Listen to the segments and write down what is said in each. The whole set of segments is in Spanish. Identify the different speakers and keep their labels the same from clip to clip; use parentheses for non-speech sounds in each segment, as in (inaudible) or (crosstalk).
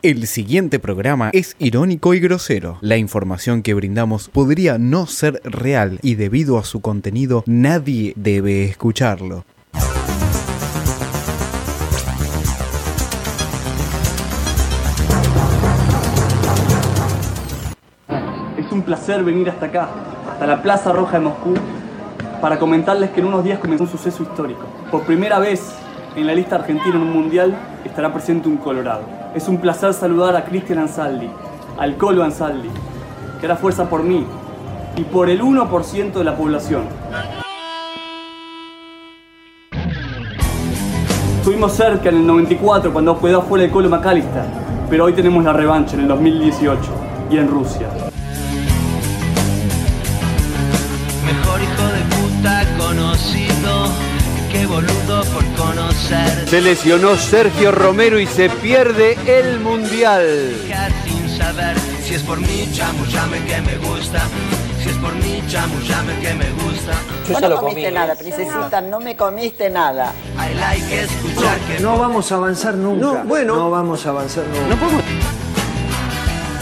Speaker 1: El siguiente programa es irónico y grosero. La información que brindamos podría no ser real y debido a su contenido nadie debe escucharlo.
Speaker 2: Es un placer venir hasta acá, hasta la Plaza Roja de Moscú, para comentarles que en unos días comenzó un suceso histórico. Por primera vez en la lista argentina en un mundial estará presente un Colorado. Es un placer saludar a Cristian Ansaldi, al Colo Ansaldi, que hará fuerza por mí y por el 1% de la población. Estuvimos cerca en el 94 cuando quedó fuera el Colo McAllister, pero hoy tenemos la revancha en el 2018 y en Rusia.
Speaker 3: Mejor hijo de puta conocido que boludo por conocer.
Speaker 4: Se lesionó Sergio Romero y se pierde el Mundial.
Speaker 3: Dejar sin saber si es por mí, chamullame que me gusta. Si es por mí, chamullame que me gusta.
Speaker 5: Vos no comiste
Speaker 6: ¿eh?
Speaker 5: nada, princesita, no me comiste nada.
Speaker 3: I like escuchar que
Speaker 7: No vamos a avanzar nunca.
Speaker 6: No, bueno.
Speaker 7: No vamos a avanzar nunca.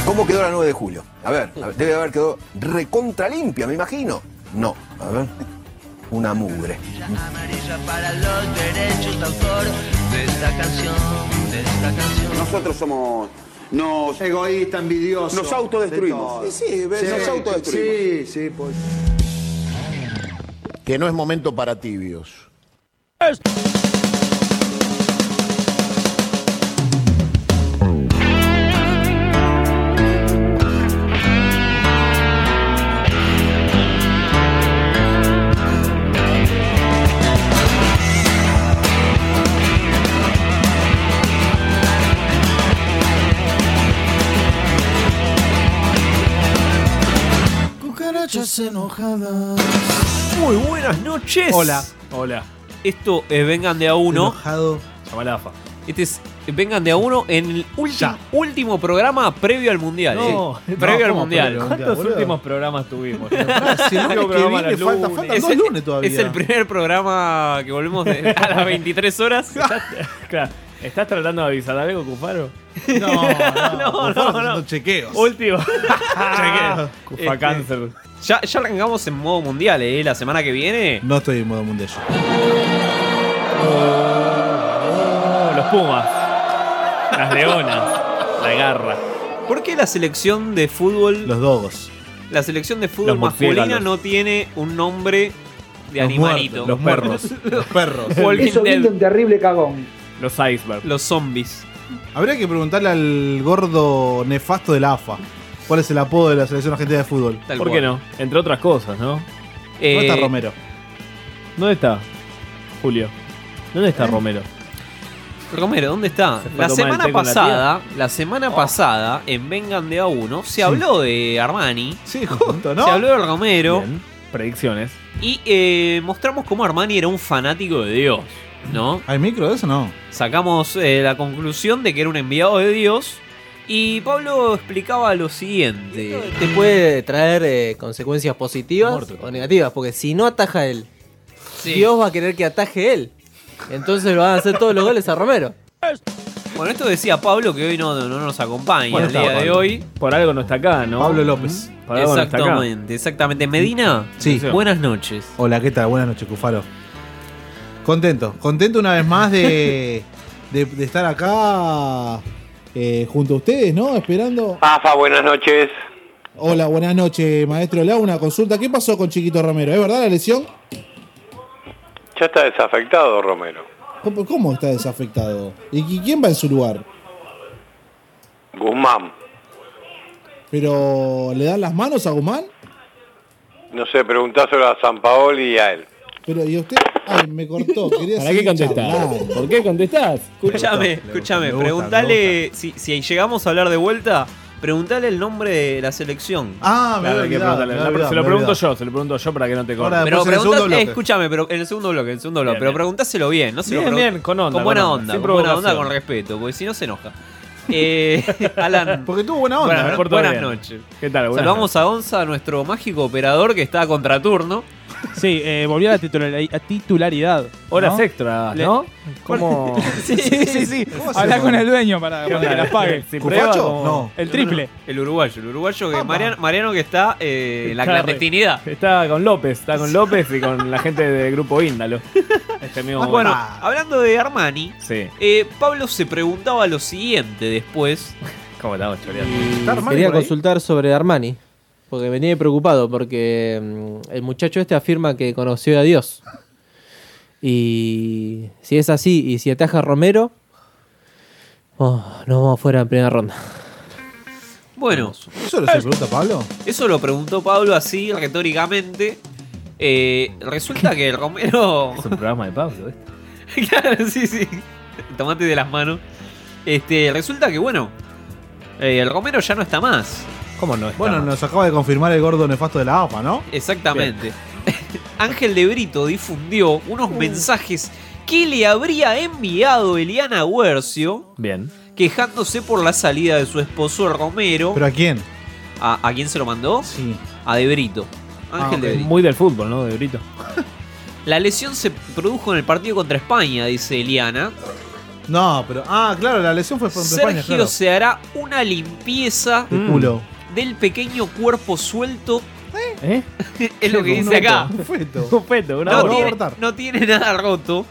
Speaker 6: ¿Cómo quedó la 9 de julio? A ver, a ver, debe haber quedado recontra limpia, me imagino. No, a ver. Una mugre.
Speaker 3: amarilla para los derechos de autor de esta canción, de esta canción.
Speaker 8: Nosotros somos. Nos,
Speaker 7: Egoísta, envidioso.
Speaker 8: Nos autodestruimos.
Speaker 7: de todo.
Speaker 6: Sí, sí, nos
Speaker 7: Sí,
Speaker 6: autodestruimos.
Speaker 7: sí, pues.
Speaker 9: Que no es momento para tibios.
Speaker 10: Muy buenas noches.
Speaker 11: Hola.
Speaker 10: Hola. Esto es Vengan de a uno.
Speaker 11: Enojado.
Speaker 10: Chamalafa. Este es Vengan de a uno en el ulti- último programa previo al mundial.
Speaker 11: No,
Speaker 10: eh.
Speaker 11: no,
Speaker 10: previo al
Speaker 11: ¿cómo
Speaker 10: mundial.
Speaker 11: previo al mundial,
Speaker 10: ¿Cuántos
Speaker 11: boludo?
Speaker 10: últimos programas
Speaker 11: (laughs)
Speaker 10: tuvimos?
Speaker 11: Si el lunes que
Speaker 10: programa
Speaker 11: viene
Speaker 10: los
Speaker 11: falta,
Speaker 10: lunes.
Speaker 11: faltan dos
Speaker 10: Es-
Speaker 11: lunes todavía.
Speaker 10: Es el primer programa que volvemos de- a las 23 horas. (laughs)
Speaker 12: (laughs) Claro, ¿estás tratando de avisar algo, Cufaro?
Speaker 11: No,
Speaker 10: Ah,
Speaker 11: (laughs) no,
Speaker 10: no,
Speaker 11: no. no,
Speaker 10: no. (laughs)
Speaker 11: chequeos.
Speaker 12: Último.
Speaker 10: Este,
Speaker 12: Cufa cáncer.
Speaker 10: Ya, ya arrancamos en modo mundial, ¿eh? La semana que viene.
Speaker 11: No estoy en modo mundial. yo.
Speaker 12: Oh, los Pumas. Las Leonas. La garra.
Speaker 10: ¿Por qué la selección de fútbol,
Speaker 11: Los dogos.
Speaker 10: la selección de fútbol
Speaker 12: Los
Speaker 10: masculina
Speaker 12: murciélagos.
Speaker 10: no tiene un nombre de
Speaker 11: Los
Speaker 10: animalito?
Speaker 11: muertos, Los perros. Los perros.
Speaker 10: Walking
Speaker 8: Eso
Speaker 10: Dead,
Speaker 8: viendo un terrible cagón.
Speaker 12: Los Iceberg.
Speaker 10: los zombies.
Speaker 11: Habría que preguntarle al gordo nefasto de la AFA. ¿Cuál es el apodo de la selección argentina de fútbol?
Speaker 10: Tal
Speaker 12: ¿Por
Speaker 10: cual.
Speaker 12: qué no? Entre otras cosas, ¿no?
Speaker 10: Eh,
Speaker 11: ¿Dónde está Romero?
Speaker 12: ¿Dónde está Julio? ¿Dónde
Speaker 11: ¿Eh?
Speaker 12: está Romero?
Speaker 10: Romero, ¿dónde está?
Speaker 12: fue
Speaker 10: La
Speaker 12: a tomar el
Speaker 10: semana
Speaker 12: té con la Oh.
Speaker 10: pasada, la, semana pasada, en Vengan de a uno, se habló de Armani,
Speaker 11: Sí, justo, ¿no?
Speaker 10: se habló de Romero
Speaker 12: Bien. Predicciones.
Speaker 10: y eh, mostramos cómo Armani era un fanático de Dios, ¿no?
Speaker 11: ¿Hay micro de eso? No.
Speaker 10: Sacamos eh, la conclusión de que era un enviado de Dios y Pablo explicaba lo siguiente.
Speaker 13: Te puede traer eh, consecuencias positivas
Speaker 11: Muerto.
Speaker 13: o negativas, porque si no ataja él,
Speaker 10: Sí.
Speaker 13: Dios va a querer que ataje él. Entonces lo van a hacer todos los goles a Romero.
Speaker 10: Bueno, esto decía Pablo que hoy no, no- no nos acompaña
Speaker 12: Bueno,
Speaker 10: el
Speaker 12: está,
Speaker 10: día de
Speaker 12: Pablo.
Speaker 10: hoy.
Speaker 12: Por algo no está acá, ¿no?
Speaker 11: Pablo López.
Speaker 12: Por algo no está acá.
Speaker 10: Exactamente, exactamente. Medina,
Speaker 11: Sí.
Speaker 10: buenas noches.
Speaker 11: Hola, ¿qué tal? Buenas noches, Cufaro. Contento, contento una vez más de, de, de estar acá eh, junto a ustedes, ¿no? Esperando.
Speaker 8: Afa, buenas noches.
Speaker 11: Hola, buenas noches, maestro Lau. Una consulta. ¿Qué pasó con Chiquito Romero? ¿Es verdad la lesión?
Speaker 8: Ya está desafectado, Romero.
Speaker 11: ¿Cómo, cómo está desafectado? ¿Y qui- quién va en su lugar?
Speaker 8: Guzmán.
Speaker 11: ¿Pero le dan las manos a Guzmán?
Speaker 8: No sé, preguntáselo a San Paoli y a él.
Speaker 11: Pero, ¿y usted? Ay, me
Speaker 12: (laughs)
Speaker 11: cortó. Quería
Speaker 12: ¿Para
Speaker 11: seguir
Speaker 12: qué contestás?
Speaker 11: charlando.
Speaker 12: ¿Por qué contestás?
Speaker 10: Escúchame,
Speaker 11: gusta,
Speaker 10: escúchame,
Speaker 11: me gusta,
Speaker 10: preguntale, si, si llegamos a hablar de vuelta, preguntale el nombre de la selección.
Speaker 11: Ah, me
Speaker 12: Claro, hay
Speaker 11: había
Speaker 12: que
Speaker 11: olvidado,
Speaker 12: preguntarle.
Speaker 11: me
Speaker 12: La-
Speaker 11: había olvidado,
Speaker 12: se lo
Speaker 11: me había
Speaker 12: pregunto
Speaker 11: olvidado.
Speaker 12: yo, se lo pregunto yo para que no te
Speaker 11: Ahora,
Speaker 12: cortes.
Speaker 10: pero
Speaker 11: después en el
Speaker 10: preguntá-
Speaker 11: segundo bloque.
Speaker 10: eh, escúchame, pero en el segundo bloque, en el segundo bloque,
Speaker 12: Bien,
Speaker 10: pero
Speaker 12: bien.
Speaker 10: preguntáselo bien, no se lo
Speaker 12: Bien,
Speaker 10: pregun-
Speaker 12: bien, con onda,
Speaker 10: Con buena
Speaker 12: con onda,
Speaker 10: onda,
Speaker 12: sin
Speaker 10: con buena onda,
Speaker 12: provocación.
Speaker 10: con respeto, porque si no se enoja. (laughs) Eh, Alan,
Speaker 11: (laughs) Porque tuvo buena onda.
Speaker 12: Bueno,
Speaker 11: ¿eh?
Speaker 12: corto
Speaker 10: buenas
Speaker 12: bien.
Speaker 10: noches.
Speaker 12: ¿Qué tal? Buenas
Speaker 10: Saludamos a Onza, nuestro mágico operador que está a contraturno.
Speaker 12: Sí, eh, volvió a la titulari- a titularidad.
Speaker 10: Horas (laughs) extra, ¿no?
Speaker 12: ¿Cómo? (laughs) sí, sí, sí. sí.
Speaker 10: ¿Cómo se
Speaker 12: Habla
Speaker 10: llama?
Speaker 12: con el dueño para,
Speaker 10: ¿Qué
Speaker 12: para que
Speaker 10: onda?
Speaker 12: las pague.
Speaker 10: ¿Se prueba como-
Speaker 12: El triple.
Speaker 10: El uruguayo, el uruguayo que Mariano, Mariano que está eh, en la
Speaker 12: Está re-
Speaker 10: clandestinidad.
Speaker 12: Está con López, está
Speaker 10: con
Speaker 12: López y con
Speaker 10: (laughs)
Speaker 12: la gente del grupo Índalo.
Speaker 10: Este bueno, hablando de Armani,
Speaker 12: Sí.
Speaker 10: eh, Pablo se preguntaba lo siguiente después. ¿Cómo estamos
Speaker 14: Quería consultar sobre Armani. Porque venía preocupado, porque mm, el muchacho este afirma que conoció a Dios. Y si es así, y si ataja a Romero, oh, nos vamos fuera en primera ronda.
Speaker 10: Bueno.
Speaker 11: ¿Eso lo se pregunta Pablo?
Speaker 10: Eso lo preguntó Pablo así, retóricamente. Eh, resulta que el Romero. Es un programa de Pablo, (laughs) claro, sí, sí. Tomate de las manos. Este, resulta que, bueno, eh, el Romero ya no está más. ¿Cómo no está?
Speaker 11: Bueno, nos acaba de confirmar el gordo nefasto de la AFA, ¿no?
Speaker 10: Exactamente. (laughs) Ángel de Brito difundió unos mensajes que le habría enviado Eliana Huercio. Bien. Quejándose por la salida de su esposo Romero.
Speaker 11: ¿Pero a quién?
Speaker 10: ¿A, a quién se lo mandó? Sí. Ah, A De Brito. Ángel de Brito.
Speaker 12: Ah, Muy del fútbol, ¿no? De Brito.
Speaker 10: La lesión se produjo en el partido contra España, dice Eliana.
Speaker 11: No, pero. Ah, claro, la lesión fue por
Speaker 10: Sergio
Speaker 11: España, claro.
Speaker 10: se hará una limpieza
Speaker 11: De culo.
Speaker 10: del pequeño cuerpo suelto.
Speaker 12: ¿Eh?
Speaker 10: (laughs) es lo que
Speaker 12: Un (laughs)
Speaker 10: dice acá.
Speaker 12: feto, un feto. Un feto, una
Speaker 10: No
Speaker 12: bola.
Speaker 10: tiene, no tiene nada roto.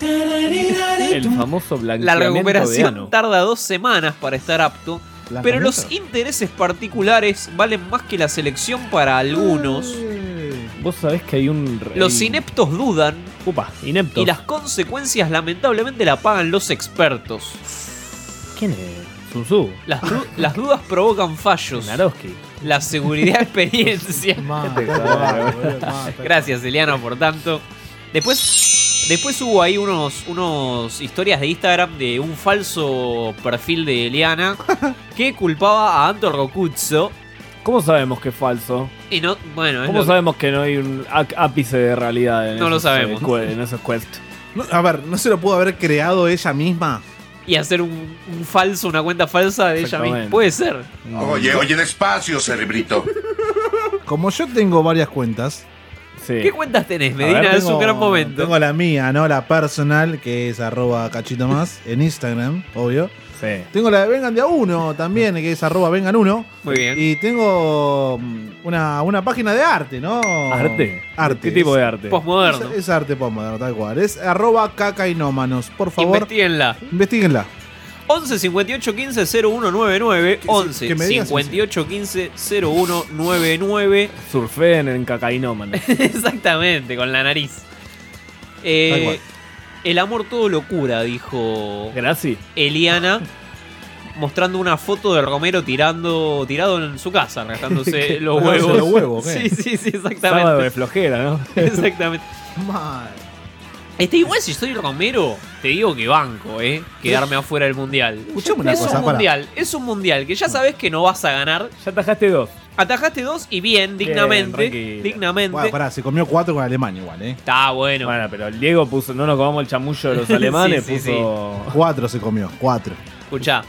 Speaker 12: El famoso blanqueamiento
Speaker 10: La
Speaker 12: de ano.
Speaker 10: recuperación tarda dos semanas para estar apto. Pero
Speaker 12: ¿Blanqueamiento?
Speaker 10: los intereses particulares valen más que la selección para algunos.
Speaker 12: Vos sabés que hay un...
Speaker 10: Los
Speaker 12: cines
Speaker 10: ineptos dudan.
Speaker 12: ineptos.
Speaker 10: Y las consecuencias lamentablemente la pagan los expertos.
Speaker 12: ¿Quién es? Susu.
Speaker 10: Las, du- las dudas provocan fallos. La
Speaker 11: (laughs)
Speaker 10: seguridad experiencia. (laughs) Gracias, Eliana, por tanto. Después, después hubo ahí unos, unos historias de Instagram de un falso perfil de Eliana que culpaba a Ah, Anto Rocuzzo.
Speaker 12: ¿Cómo sabemos que es falso?
Speaker 10: Y no, bueno, es
Speaker 12: ¿Cómo
Speaker 10: lo-
Speaker 12: sabemos que no hay un ac- ápice de realidad en
Speaker 10: No lo
Speaker 12: esos, eh,
Speaker 10: sabemos.
Speaker 12: cue- en esos quests?
Speaker 11: No, a ver, ¿no se lo pudo haber creado ella misma?
Speaker 10: y hacer un, un falso, una cuenta falsa de ella misma. Puede ser.
Speaker 6: Oye, oye, despacio, cerebrito.
Speaker 11: Como yo tengo varias cuentas.
Speaker 10: ¿Qué cuentas tenés, Medina? es un gran momento.
Speaker 11: Tengo la mía, ¿no? La personal, que es arroba cachito más, en Instagram, obvio.
Speaker 12: Sí.
Speaker 11: Tengo la de Vengan de a uno también, que es arroba Vengan uno.
Speaker 10: Muy bien.
Speaker 11: Y tengo mm, una, una página de arte, ¿no?
Speaker 12: ¿Arte?
Speaker 11: Arte.
Speaker 12: ¿Qué tipo de arte?
Speaker 10: Postmoderno.
Speaker 11: Es, es arte postmoderno, tal cual. Es arroba cacainómanos. Por favor,
Speaker 10: Investíguenla.
Speaker 11: investiguenla.
Speaker 10: 11 58 15 0199 11
Speaker 12: que me digas,
Speaker 10: 58 15 0199
Speaker 12: Surfeen en cacainómano.
Speaker 10: Exactamente, con la nariz. Eh,
Speaker 12: Tal cual.
Speaker 10: el amor todo locura, dijo Eliana, mostrando una foto de Romero tirando, tirado en su
Speaker 12: (laughs)
Speaker 10: casa, arrastrándose (laughs) los
Speaker 12: Arrastrándose
Speaker 10: huevos.
Speaker 12: los huevos, ¿qué?
Speaker 10: sí, sí, sí, exactamente.
Speaker 12: Sábado de
Speaker 10: (laughs)
Speaker 12: flojera, ¿no? (laughs)
Speaker 10: Exactamente.
Speaker 11: Mal.
Speaker 10: Este, igual si soy Romero, te digo que banco, ¿eh? Quedarme afuera del mundial.
Speaker 11: Escuchame una
Speaker 10: es
Speaker 11: cosa,
Speaker 10: un
Speaker 11: pará.
Speaker 10: mundial, es un mundial que ya sabes que no vas a ganar.
Speaker 12: Ya atajaste dos.
Speaker 10: Atajaste dos y bien, dignamente.
Speaker 12: tranquilo.
Speaker 10: dignamente.
Speaker 11: Bueno, pará, se comió cuatro con Alemania igual, ¿eh?
Speaker 10: Está Ah, bueno.
Speaker 12: Bueno, pero el Diego puso, no nos comamos el chamullo de los alemanes,
Speaker 10: Sí, sí,
Speaker 12: puso...
Speaker 11: Cuatro se comió, cuatro.
Speaker 10: Escuchá.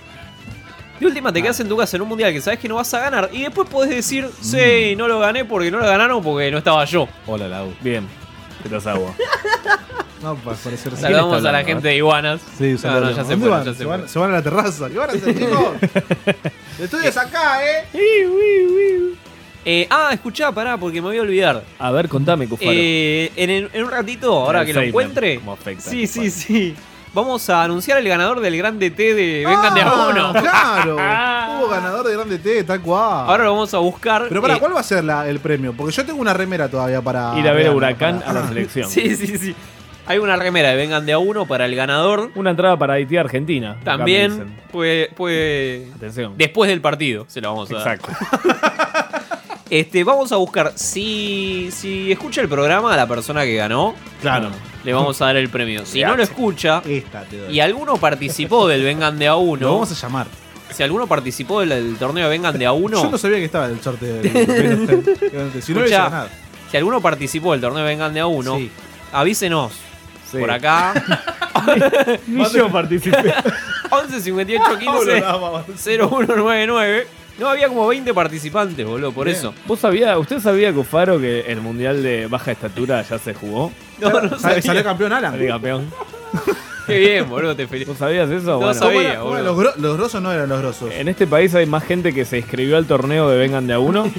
Speaker 10: De última te quedas en tu casa en un mundial que sabes que no vas a ganar. Y después podés decir,
Speaker 12: Mm.
Speaker 10: sí, no lo gané porque no lo ganaron porque no estaba yo.
Speaker 11: Hola, Lau.
Speaker 12: Bien, te los hago.
Speaker 11: No, para parecer
Speaker 10: Saludamos a la (laughs) gente de Iguanas.
Speaker 11: Sí,
Speaker 10: no, no,
Speaker 11: saludos.
Speaker 10: ya se
Speaker 11: ¿Dónde
Speaker 10: fueron,
Speaker 11: van?
Speaker 10: ya se
Speaker 11: se, van,
Speaker 10: fueron.
Speaker 11: se van a la terraza. ¿Qué van a hacer, chicos?
Speaker 12: (laughs)
Speaker 11: El estudio es acá, ¿eh?
Speaker 10: Eh, ah, escuchá, pará, porque me voy a olvidar.
Speaker 12: A ver, contame, Cufaro.
Speaker 10: Eh, en, el- en un ratito, ahora
Speaker 12: el
Speaker 10: que lo
Speaker 12: Feynman,
Speaker 10: encuentre.
Speaker 12: como afecta,
Speaker 10: Sí, sí, sí. Vamos a anunciar el ganador del gran DT de Vengan de
Speaker 12: Ah, (laughs)
Speaker 10: a uno.
Speaker 11: Claro.
Speaker 10: (laughs)
Speaker 11: Hubo ganador de Grande T, tal cual.
Speaker 10: Ahora lo vamos a buscar.
Speaker 11: Pero para,
Speaker 10: Eh,
Speaker 11: ¿cuál va a ser la- el premio? Porque yo tengo una remera todavía para.
Speaker 12: Ir a ver a
Speaker 11: para-
Speaker 12: Huracán
Speaker 11: para-
Speaker 12: a la selección.
Speaker 10: (laughs) Sí, sí, sí. Hay una remera de Vengan de a uno para el ganador.
Speaker 12: Una entrada para Haití Argentina. acá me
Speaker 10: También
Speaker 12: dicen.
Speaker 10: puede, puede-
Speaker 12: Atención.
Speaker 10: Después del partido se lo vamos a dar.
Speaker 12: Exacto.
Speaker 10: (laughs) Este, vamos a buscar. Si, si escucha el programa a la persona que ganó,
Speaker 11: Claro.
Speaker 10: le vamos a dar el premio. Si no lo escucha
Speaker 11: Esta te doy.
Speaker 10: y alguno participó del Vengan de a
Speaker 11: Lo
Speaker 10: uno,
Speaker 11: vamos a llamar.
Speaker 10: si alguno participó del, del torneo de Vengan de a
Speaker 11: Yo
Speaker 10: uno,
Speaker 11: no sabía que estaba el sorteo. del- si no hubiese
Speaker 10: Escuchá.
Speaker 11: ganado.
Speaker 10: si alguno participó del torneo de Vengan de a uno,
Speaker 11: Sí.
Speaker 10: avísenos. Por
Speaker 11: (laughs)
Speaker 10: acá, (laughs)
Speaker 12: Ni yo participé.
Speaker 10: 11 58 15 0199. No, había como 20 participantes, boludo, (laughs) por eso.
Speaker 12: ¿Vos sabía, ¿Usted sabía, Cufaro, que el mundial de baja estatura ya se jugó?
Speaker 10: No, no Sale- sabía. salió
Speaker 11: campeón Alan.
Speaker 12: Salió campeón.
Speaker 10: Qué bien, boludo, te felicito.
Speaker 12: ¿Vos sabías eso?
Speaker 10: No
Speaker 12: Bueno. Bueno,
Speaker 10: sabía, boludo.
Speaker 11: Los, gro- los grosos no eran los grosos.
Speaker 12: En este país hay más gente que se inscribió al torneo de Vengan de a
Speaker 11: (laughs)
Speaker 12: uno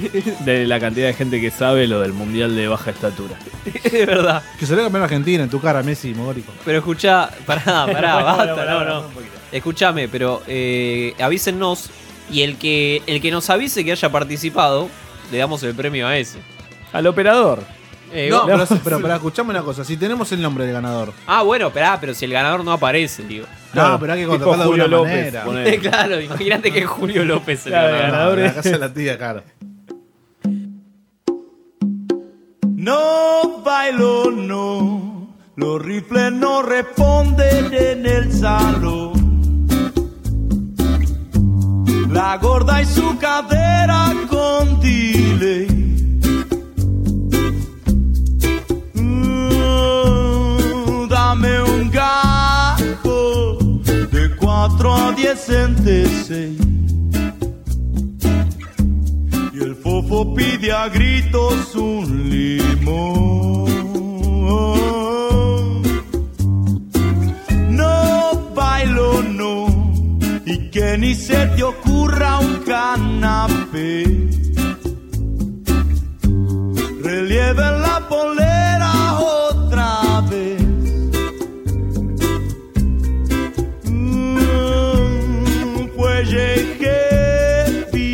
Speaker 12: de la cantidad de gente que sabe lo del mundial de baja estatura.
Speaker 10: (laughs) Es verdad.
Speaker 11: Que salió campeón Argentina en tu cara, Messi, Mogórico.
Speaker 10: Pero escuchá, pará, Ah, pará,
Speaker 11: Bueno,
Speaker 10: basta,
Speaker 11: bueno,
Speaker 10: no,
Speaker 11: bueno,
Speaker 10: no. Escuchame, pero eh, avísennos y el que, el que nos avise que haya participado, le damos el premio a ese. Eh,
Speaker 12: Al operador.
Speaker 11: no, pero,
Speaker 10: (laughs)
Speaker 11: pero, pero escuchame una cosa. Si tenemos el nombre del ganador,
Speaker 10: Ah, bueno, pará, pero si el ganador no aparece, digo.
Speaker 11: No, pero hay que
Speaker 12: tipo
Speaker 11: contratarlo de
Speaker 12: Julio
Speaker 11: alguna
Speaker 12: López,
Speaker 11: manera. (laughs)
Speaker 12: ponele.
Speaker 10: (laughs) claro, imagínate que es Julio López el
Speaker 12: Claro, el
Speaker 10: ganador.
Speaker 12: ganador
Speaker 11: La casa
Speaker 10: (laughs)
Speaker 11: de la tía, claro.
Speaker 15: No bailo, no. Los rifles no responden en el salón. La gorda y su cadera con delay. Mm, dame un gajo de 4 a 10 centeseis. Y el fofo pide a gritos un limón. No bailo, no, y que ni se te ocurra un canapé. Relieve la polera otra vez. Mm, fuelle heavy.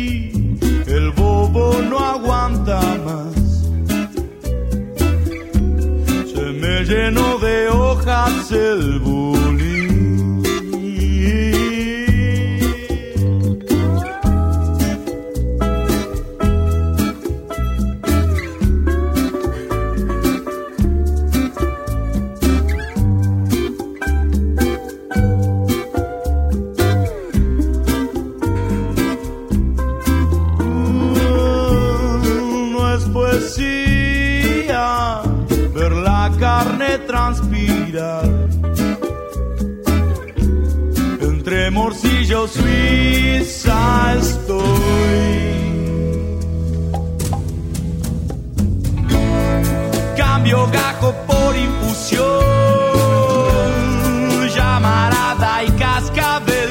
Speaker 15: El bobo no aguanta más. Se me llenó de hojas el bulín. No es poesía ver la carne transpirar. Entre morcillo suiza estoy. Cambio gajo por infusión, llamarada y cascabel.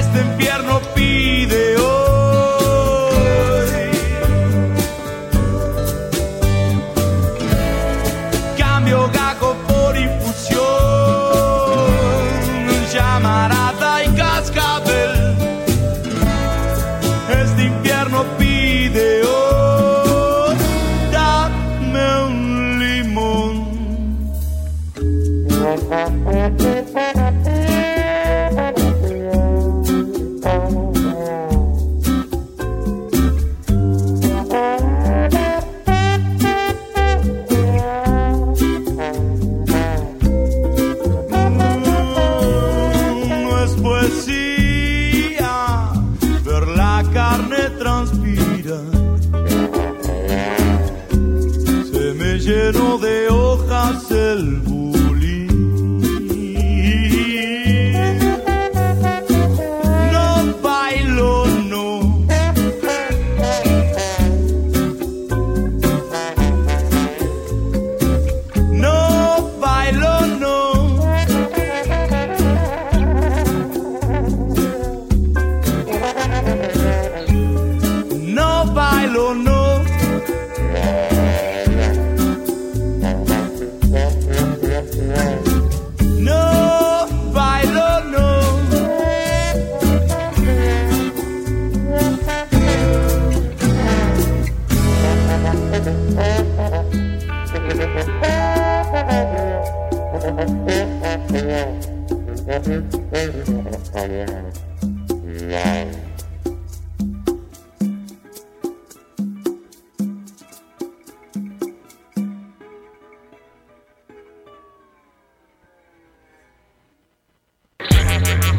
Speaker 15: Este infierno pide hoy. Cambio gago por infusión, llamarada y cascabel. Este infierno pide hoy. Dame un limón. No es poesía ver la carne transpira. Se me llenó de hojas el bulín. No bailo, no. No bailo, no. No bailo, no. No bailo, no.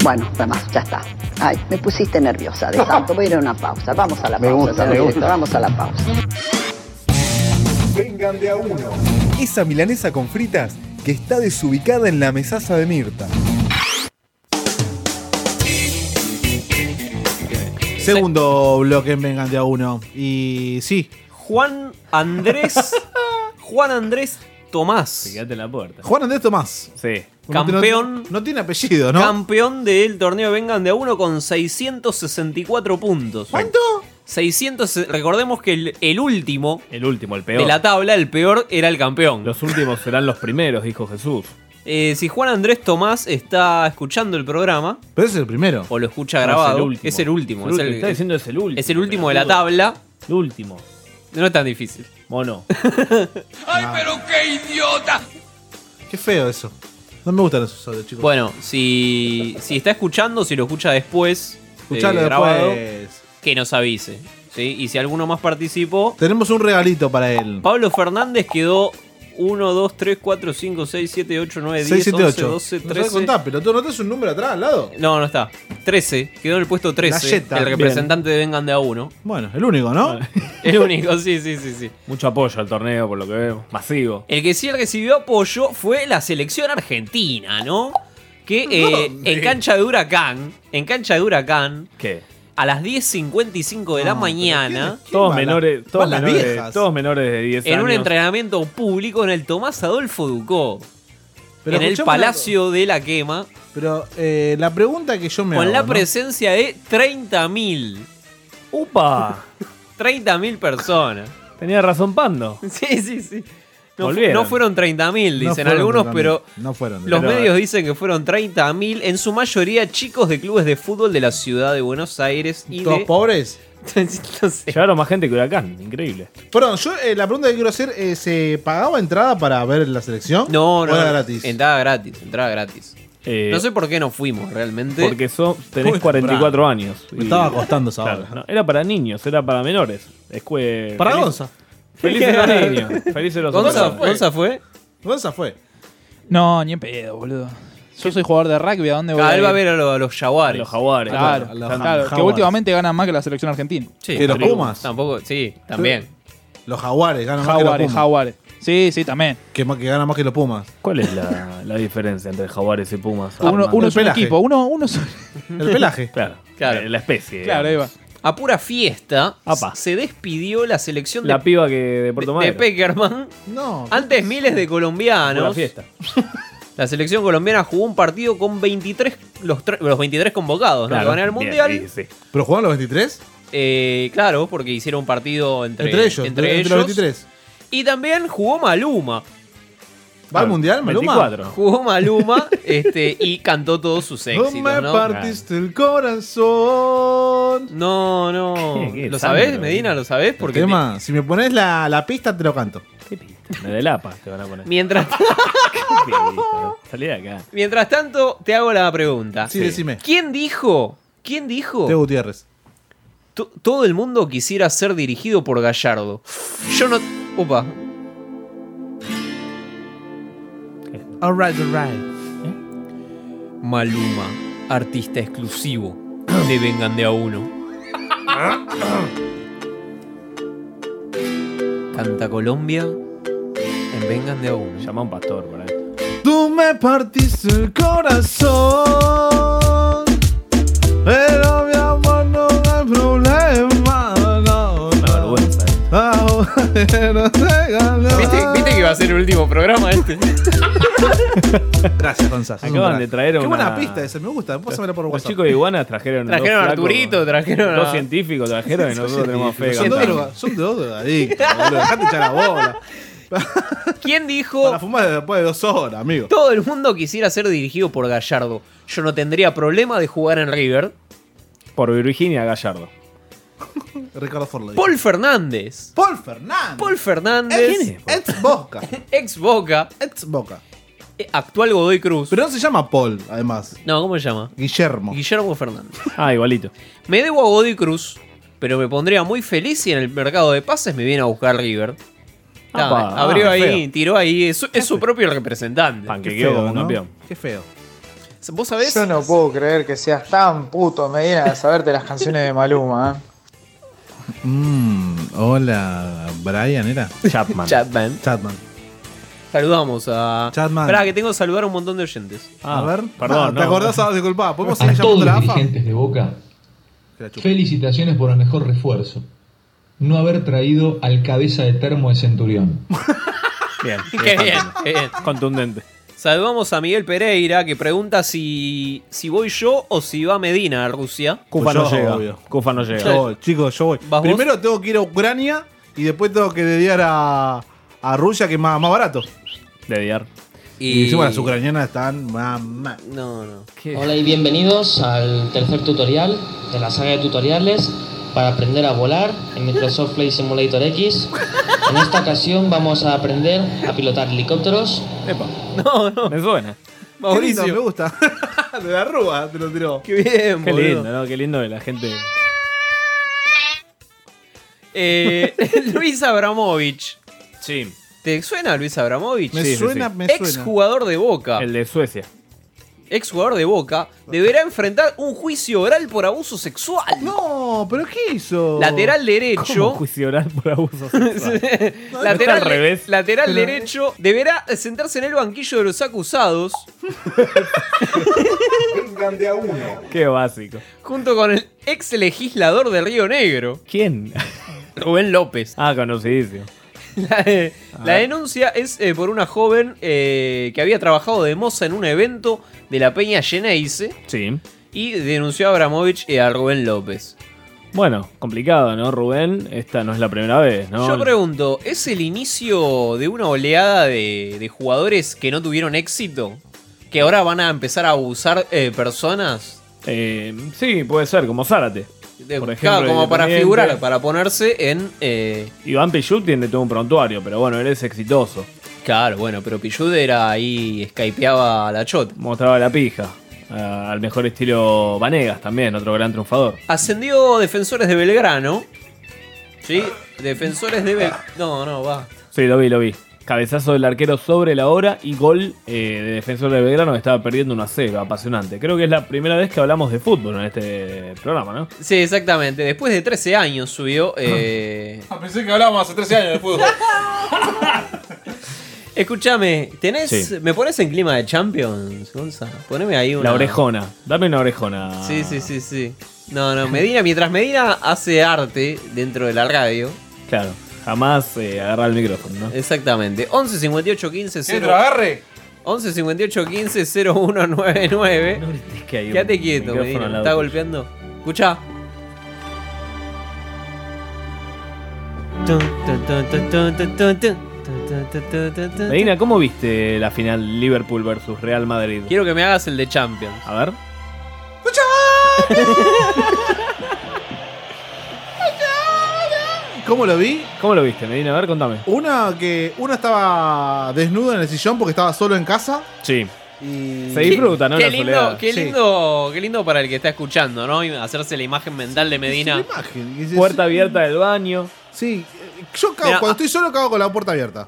Speaker 16: Bueno, además, ya está. Ay, me pusiste nerviosa
Speaker 5: (laughs)
Speaker 16: de santo. Voy a ir a una pausa. Vamos a la
Speaker 5: Me
Speaker 16: pausa,
Speaker 5: gusta,
Speaker 16: señor
Speaker 5: me
Speaker 16: director.
Speaker 5: gusta.
Speaker 16: Vamos a la pausa.
Speaker 5: Vengan de a uno. Esa milanesa con fritas que está desubicada en la mesaza de Mirta.
Speaker 11: Segundo bloque en Vengan de a uno. Y sí.
Speaker 10: Juan Andrés. Juan Andrés Tomás.
Speaker 12: Fíjate la puerta.
Speaker 11: Juan Andrés Tomás.
Speaker 12: Sí.
Speaker 10: Campeón.
Speaker 11: No, tiene apellido, ¿no?
Speaker 10: Campeón del torneo Vengan de a uno con 664 puntos. ¿Cuánto? 600, recordemos que el, el último
Speaker 12: El último, el peor.
Speaker 10: de la tabla, el peor, era el campeón.
Speaker 12: Los últimos serán los primeros, dijo Jesús.
Speaker 10: Eh, si Juan Andrés Tomás está escuchando el programa,
Speaker 11: Pero ese es el primero.
Speaker 10: O lo escucha
Speaker 12: No,
Speaker 10: grabado.
Speaker 12: es el último.
Speaker 10: es el último.
Speaker 12: Es el último, está diciendo
Speaker 10: es el último. Es el
Speaker 12: pero
Speaker 10: último de la
Speaker 12: boludo.
Speaker 10: tabla.
Speaker 12: El último.
Speaker 10: No es tan difícil.
Speaker 12: Mono.
Speaker 10: ¡Ay, pero qué idiota!
Speaker 11: Qué feo eso. No me gustan esos audios, chicos.
Speaker 10: Bueno, si, si está escuchando, si lo escucha después,
Speaker 11: Escuchalo
Speaker 10: eh, grabado,
Speaker 11: después.
Speaker 10: que nos avise. ¿sí? Y si alguno más participó,
Speaker 11: Tenemos un regalito para él.
Speaker 10: Pablo Fernández quedó 1, 2, 3, 4, 5, 6, 7, 8, 9, 10,
Speaker 11: 6, 7,
Speaker 10: 11,
Speaker 11: 8.
Speaker 10: 12,
Speaker 11: No sabes
Speaker 10: 13.
Speaker 11: contar, pero tú notas un número atrás al lado.
Speaker 10: No, no está. 13, quedó en el puesto 13.
Speaker 11: Galleta.
Speaker 10: el representante de Vengan de a uno.
Speaker 11: Bueno, el único, ¿no?
Speaker 10: (laughs) El único, sí, sí, sí, sí.
Speaker 12: Mucho apoyo al torneo, por lo que veo. Masivo.
Speaker 10: El que sí recibió apoyo fue la selección argentina, ¿no? Que eh, en cancha de Huracán, en cancha de Huracán,
Speaker 12: ¿Qué?
Speaker 10: a las 10.55 de la mañana,
Speaker 12: Todos menores, todos,
Speaker 10: van las
Speaker 12: menores
Speaker 10: viejas?
Speaker 12: todos menores de 10
Speaker 10: en
Speaker 12: años.
Speaker 10: un entrenamiento público en el Tomás Adolfo Ducó,
Speaker 11: Pero
Speaker 10: en el
Speaker 11: escuchame
Speaker 10: Palacio de la Quema,
Speaker 11: Pero eh, la pregunta que yo me
Speaker 10: con
Speaker 11: hago,
Speaker 10: la
Speaker 11: ¿no?
Speaker 10: presencia de 30.000. (laughs)
Speaker 12: ¡Upa!
Speaker 10: 30.000 personas.
Speaker 12: Tenía razón Pando.
Speaker 10: (laughs) Sí, sí, sí. No, fu-
Speaker 12: Volvieron.
Speaker 10: no fueron 30.000,
Speaker 12: No
Speaker 10: dicen
Speaker 12: fueron
Speaker 10: algunos,
Speaker 12: 30.000.
Speaker 10: pero
Speaker 11: No fueron.
Speaker 10: Los
Speaker 12: Pero-
Speaker 10: medios dicen que fueron 30.000, en su mayoría chicos de clubes de fútbol de la ciudad de Buenos Aires y
Speaker 11: ¿Todos
Speaker 10: de-
Speaker 11: pobres?
Speaker 10: (laughs)
Speaker 12: Llegaron más gente que Huracán. Increíble.
Speaker 11: Perdón, yo eh, la pregunta que quiero hacer es, ¿se pagaba entrada para ver la selección?
Speaker 10: No, no,
Speaker 11: ¿O era
Speaker 10: no.
Speaker 11: gratis?
Speaker 10: Entrada gratis, entrada gratis.
Speaker 12: Eh,
Speaker 10: no sé por qué no fuimos realmente.
Speaker 12: Porque son, tenés
Speaker 10: Muy
Speaker 12: 44
Speaker 10: temprano.
Speaker 12: años.
Speaker 11: Me estaba acostando esa
Speaker 12: Claro,
Speaker 11: hora.
Speaker 12: no, era para niños, era para menores. Escue...
Speaker 11: Para
Speaker 12: feliz-
Speaker 11: Gonza.
Speaker 10: (laughs)
Speaker 12: Felices los niños. Felices los
Speaker 10: Gonza
Speaker 12: adultos.
Speaker 10: fue. Gonza fue.
Speaker 11: Gonza fue.
Speaker 17: No, ni en pedo, boludo. Yo soy jugador de rugby, ¿a dónde voy?
Speaker 10: Ah, él va a
Speaker 17: ir?
Speaker 10: ver a, lo- a los jaguares.
Speaker 12: A los jaguares.
Speaker 17: Claro,
Speaker 12: A los
Speaker 17: claro,
Speaker 12: jaguares.
Speaker 17: que últimamente ganan más que la selección argentina.
Speaker 10: Sí,
Speaker 11: ¿Que los
Speaker 10: tampoco-
Speaker 11: Pumas?
Speaker 10: Tampoco, sí, también.
Speaker 11: Los jaguares ganan más que
Speaker 17: Jaguares,
Speaker 11: los Pumas.
Speaker 17: jaguares. Sí, sí, también.
Speaker 11: Que, más- que ganan más que los Pumas.
Speaker 12: ¿Cuál es la, la diferencia entre jaguares y pumas?
Speaker 17: Uno,
Speaker 12: Armando?
Speaker 17: uno es un equipo, uno, uno es
Speaker 11: El pelaje.
Speaker 12: Claro. Eh, La especie.
Speaker 17: Claro, ahí va.
Speaker 10: A pura fiesta
Speaker 12: Apa.
Speaker 10: se despidió la selección
Speaker 12: La
Speaker 10: de,
Speaker 12: piba que de Puerto
Speaker 10: de
Speaker 12: Madero.
Speaker 10: Peckerman.
Speaker 11: No.
Speaker 10: Antes miles de colombianos.
Speaker 12: Pura fiesta.
Speaker 10: (laughs) La selección colombiana jugó un partido con 23, los, tre- los 23 convocados, ¿no?
Speaker 12: Claro.
Speaker 10: Que van a ir al
Speaker 12: Bien,
Speaker 10: Mundial.
Speaker 12: sí, sí.
Speaker 11: ¿Pero jugaban los 23?
Speaker 10: Eh, claro, porque hicieron un partido entre,
Speaker 11: Entre ellos, entre- entre los 23.
Speaker 10: Y también jugó Maluma.
Speaker 11: ¿Va al Mundial, Maluma?
Speaker 12: 24.
Speaker 10: Jugó
Speaker 11: (laughs)
Speaker 10: Maluma este, y cantó todos sus
Speaker 11: No
Speaker 10: éxitos.
Speaker 11: me
Speaker 10: ¿no?
Speaker 11: partiste el corazón.
Speaker 10: No, no.
Speaker 12: (laughs) Qué- qué
Speaker 10: ¿Lo
Speaker 12: sangre,
Speaker 10: sabés,
Speaker 12: boludo.
Speaker 10: Medina? ¿Lo sabés?
Speaker 11: Porque
Speaker 10: Porque
Speaker 11: tema, si me pones la, la pista, te lo canto.
Speaker 12: Me delapa te van a poner. (laughs)
Speaker 10: te- mientras,
Speaker 12: Salí de acá.
Speaker 10: mientras tanto, te hago la pregunta.
Speaker 11: Sí, decime.
Speaker 10: ¿Quién dijo? ¿Quién dijo?
Speaker 11: Teo Gutiérrez.
Speaker 10: To- todo el mundo quisiera ser dirigido por Gallardo. Yo no. Opa.
Speaker 11: Alright, alright.
Speaker 10: Maluma, artista exclusivo de Vengan de a uno. Canta Colombia en Vengan de a uno.
Speaker 12: Llama a un pastor para esto.
Speaker 11: Tú me partiste el corazón. Pero mi amor no hay problema. No,
Speaker 12: Una vergüenza. eh.
Speaker 10: ¿Viste, viste que va a ser el último programa este?
Speaker 11: (laughs) Gracias, Gonzalo.
Speaker 12: Acaban de traer
Speaker 11: Qué
Speaker 12: una-
Speaker 11: buena pista esa, me gusta. Pásamela por
Speaker 12: Los
Speaker 11: WhatsApp.
Speaker 12: chicos de Iguanas trajeron. dos
Speaker 10: Trajeron a
Speaker 12: flacos,
Speaker 10: Arturito, trajeron
Speaker 12: Dos
Speaker 10: a-
Speaker 12: científicos
Speaker 11: (laughs)
Speaker 12: trajeron y nosotros tenemos fe.
Speaker 11: son
Speaker 12: cantando.
Speaker 11: drogas, son dos drogadictos, boludo. Dejate echar la bola.
Speaker 10: ¿Quién
Speaker 11: Para
Speaker 10: dijo
Speaker 11: fumar después de dos horas, amigo.
Speaker 10: todo el mundo quisiera ser dirigido por Gallardo? Yo no tendría problema de jugar en River.
Speaker 12: Por Virginia Gallardo.
Speaker 11: Ricardo Forlán.
Speaker 10: Paul Fernández.
Speaker 11: Paul Fernández.
Speaker 10: Paul Fernández,
Speaker 11: Ex, ex Boca.
Speaker 10: (laughs) ex Boca,
Speaker 11: Ex Boca.
Speaker 10: eh, actual Godoy Cruz.
Speaker 11: Pero no se llama Paul, además.
Speaker 10: No, ¿cómo se llama?
Speaker 11: Guillermo.
Speaker 10: Guillermo Fernández.
Speaker 12: (laughs) Ah, igualito.
Speaker 10: Me debo a Godoy Cruz, pero me pondría muy feliz si en el mercado de pases me viene a buscar River. Ta,
Speaker 12: Apa,
Speaker 10: abrió
Speaker 12: ah,
Speaker 10: ahí,
Speaker 12: feo.
Speaker 10: tiró ahí, es su, es su propio representante.
Speaker 12: Panquequeó como un campeón.
Speaker 11: Qué feo.
Speaker 10: ¿Vos sabés?
Speaker 17: Yo no puedo creer que seas tan puto, Medina, de saberte las canciones de Maluma. ¿eh?
Speaker 11: Mm, hola, Brian era.
Speaker 12: Chapman.
Speaker 10: Chapman.
Speaker 11: Chatman.
Speaker 10: Saludamos a.
Speaker 11: Chatman.
Speaker 10: Esperá, que tengo que saludar a un montón de oyentes.
Speaker 12: Ah,
Speaker 11: a ver,
Speaker 12: Perdón.
Speaker 11: no, ¿te
Speaker 12: no.
Speaker 11: acordás? Ah, disculpa, ¿podemos seguir llamando a la AFA?
Speaker 18: de Boca
Speaker 11: Te la chupo.
Speaker 18: Felicitaciones por el mejor refuerzo. No haber traído al cabeza de termo de Centurión.
Speaker 12: Bien.
Speaker 10: (laughs) Qué bien, qué bien.
Speaker 12: Contundente.
Speaker 10: Saludamos a Miguel Pereira que pregunta si, si voy yo o si va Medina a Rusia.
Speaker 12: Cufa no llega. Pues Cufa no llega.
Speaker 11: Yo voy, chicos, yo voy.
Speaker 10: ¿Vas vos?
Speaker 11: Primero tengo que ir a Ucrania y después tengo que dediar a, a Rusia, que es más, más barato.
Speaker 12: Dediar.
Speaker 11: Y, encima las ucranianas están mamá.
Speaker 10: No, no. (laughs)
Speaker 19: Hola y bienvenidos al tercer tutorial de la saga de tutoriales para aprender a volar en Microsoft Flight Simulator X. En esta ocasión vamos a aprender a pilotar helicópteros.
Speaker 10: (laughs) No, no. Me suena.
Speaker 11: Mauricio. me gusta. (laughs) de la rúa te lo tiró.
Speaker 10: Qué bien,
Speaker 12: Qué
Speaker 10: boludo.
Speaker 12: lindo, ¿no? Qué lindo de la gente.
Speaker 10: Eh, (laughs) Luis Abramovich.
Speaker 12: Sí.
Speaker 10: ¿Te suena Luis Abramovich?
Speaker 12: Me Sí, sí, suena, sí. me
Speaker 10: Ex
Speaker 12: suena.
Speaker 10: jugador de Boca.
Speaker 12: El de Suecia.
Speaker 10: Ex jugador de Boca. Deberá enfrentar un juicio oral por abuso sexual.
Speaker 11: No, pero ¿qué hizo?
Speaker 10: Lateral derecho.
Speaker 12: ¿Cómo juicio oral por abuso
Speaker 10: (laughs)
Speaker 12: sexual? No, está
Speaker 10: lateral
Speaker 12: al revés.
Speaker 10: lateral
Speaker 12: Pero-
Speaker 10: derecho deberá sentarse en el banquillo de los acusados
Speaker 20: (laughs) Vengan de a uno.
Speaker 12: Qué básico.
Speaker 10: junto con el ex legislador de Río Negro.
Speaker 12: ¿Quién?
Speaker 10: Rubén López.
Speaker 12: Ah, conocidísimo.
Speaker 10: (laughs) La, eh, la denuncia es eh, por una joven eh, que había trabajado de moza en un evento de la Peña Geneise.
Speaker 12: Sí.
Speaker 10: Y denunció a Abramovich y a Rubén López.
Speaker 12: Bueno, complicado, ¿no, Rubén? Esta no es la primera vez, ¿no?
Speaker 10: Yo pregunto, ¿es el inicio de una oleada de, de jugadores que no tuvieron éxito? ¿Que ahora van a empezar a abusar eh, personas?
Speaker 12: Eh, sí, puede ser, como Zárate.
Speaker 10: De-
Speaker 12: por
Speaker 10: claro,
Speaker 12: ejemplo,
Speaker 10: como para
Speaker 12: Independiente.
Speaker 10: figurar, para ponerse en... eh,
Speaker 12: Iván Pichut tiene todo un prontuario, pero bueno, él es exitoso.
Speaker 10: Claro, bueno, pero Pichud era ahí, skypeaba a la chota.
Speaker 12: Mostraba la pija. Ah, al mejor estilo Vanegas también, otro gran triunfador.
Speaker 10: Ascendió Defensores de Belgrano. ¿Sí? Defensores de
Speaker 12: Ah.
Speaker 10: Belgrano. No, no, va.
Speaker 12: Sí, lo vi, lo vi. Cabezazo del arquero sobre la hora y gol eh, de defensor de Belgrano que estaba perdiendo una cero, apasionante. Creo que es la primera vez que hablamos de fútbol en este programa, ¿no?
Speaker 10: Sí, exactamente. Después de 13 años subió. eh,
Speaker 11: Pensé que hablábamos hace 13 años de fútbol.
Speaker 10: Escúchame, ¿tenés.
Speaker 12: Sí.
Speaker 10: ¿Me pones en clima de Champions, Gonza? Poneme ahí una.
Speaker 12: La orejona. Dame una orejona.
Speaker 10: Sí, sí, sí, sí. No, no, Medina, mientras Medina hace arte dentro de la radio.
Speaker 12: Claro. Jamás eh, agarra el micrófono, ¿no?
Speaker 10: Exactamente. 11 58 15 0.
Speaker 12: Pedro, agarre.
Speaker 10: 11 58 15 0199.
Speaker 12: que hay un
Speaker 10: Quédate quieto,
Speaker 12: micrófono
Speaker 10: Medina.
Speaker 12: al lado
Speaker 10: ¿me Está
Speaker 12: tuyo.
Speaker 10: golpeando. Escucha.
Speaker 12: Medina, ¿cómo viste la final Liverpool versus Real Madrid?
Speaker 10: Quiero que me hagas el de Champions.
Speaker 12: A ver.
Speaker 11: ¿Cómo lo vi?
Speaker 12: ¿Cómo lo viste, Medina? A ver, contame.
Speaker 11: Una que uno estaba desnudo en el sillón porque estaba solo en casa.
Speaker 12: Sí.
Speaker 11: Y...
Speaker 12: Se disfruta, ¿no?
Speaker 10: Qué
Speaker 12: La
Speaker 10: lindo,
Speaker 12: soledad.
Speaker 10: qué,
Speaker 12: Sí.
Speaker 10: lindo, qué lindo para el que está escuchando, ¿no? Y Hacerse la imagen mental de Medina.
Speaker 12: Puerta abierta del baño.
Speaker 11: Sí. Yo cago,
Speaker 10: Mira, ah.
Speaker 11: cuando estoy solo cago con la puerta abierta.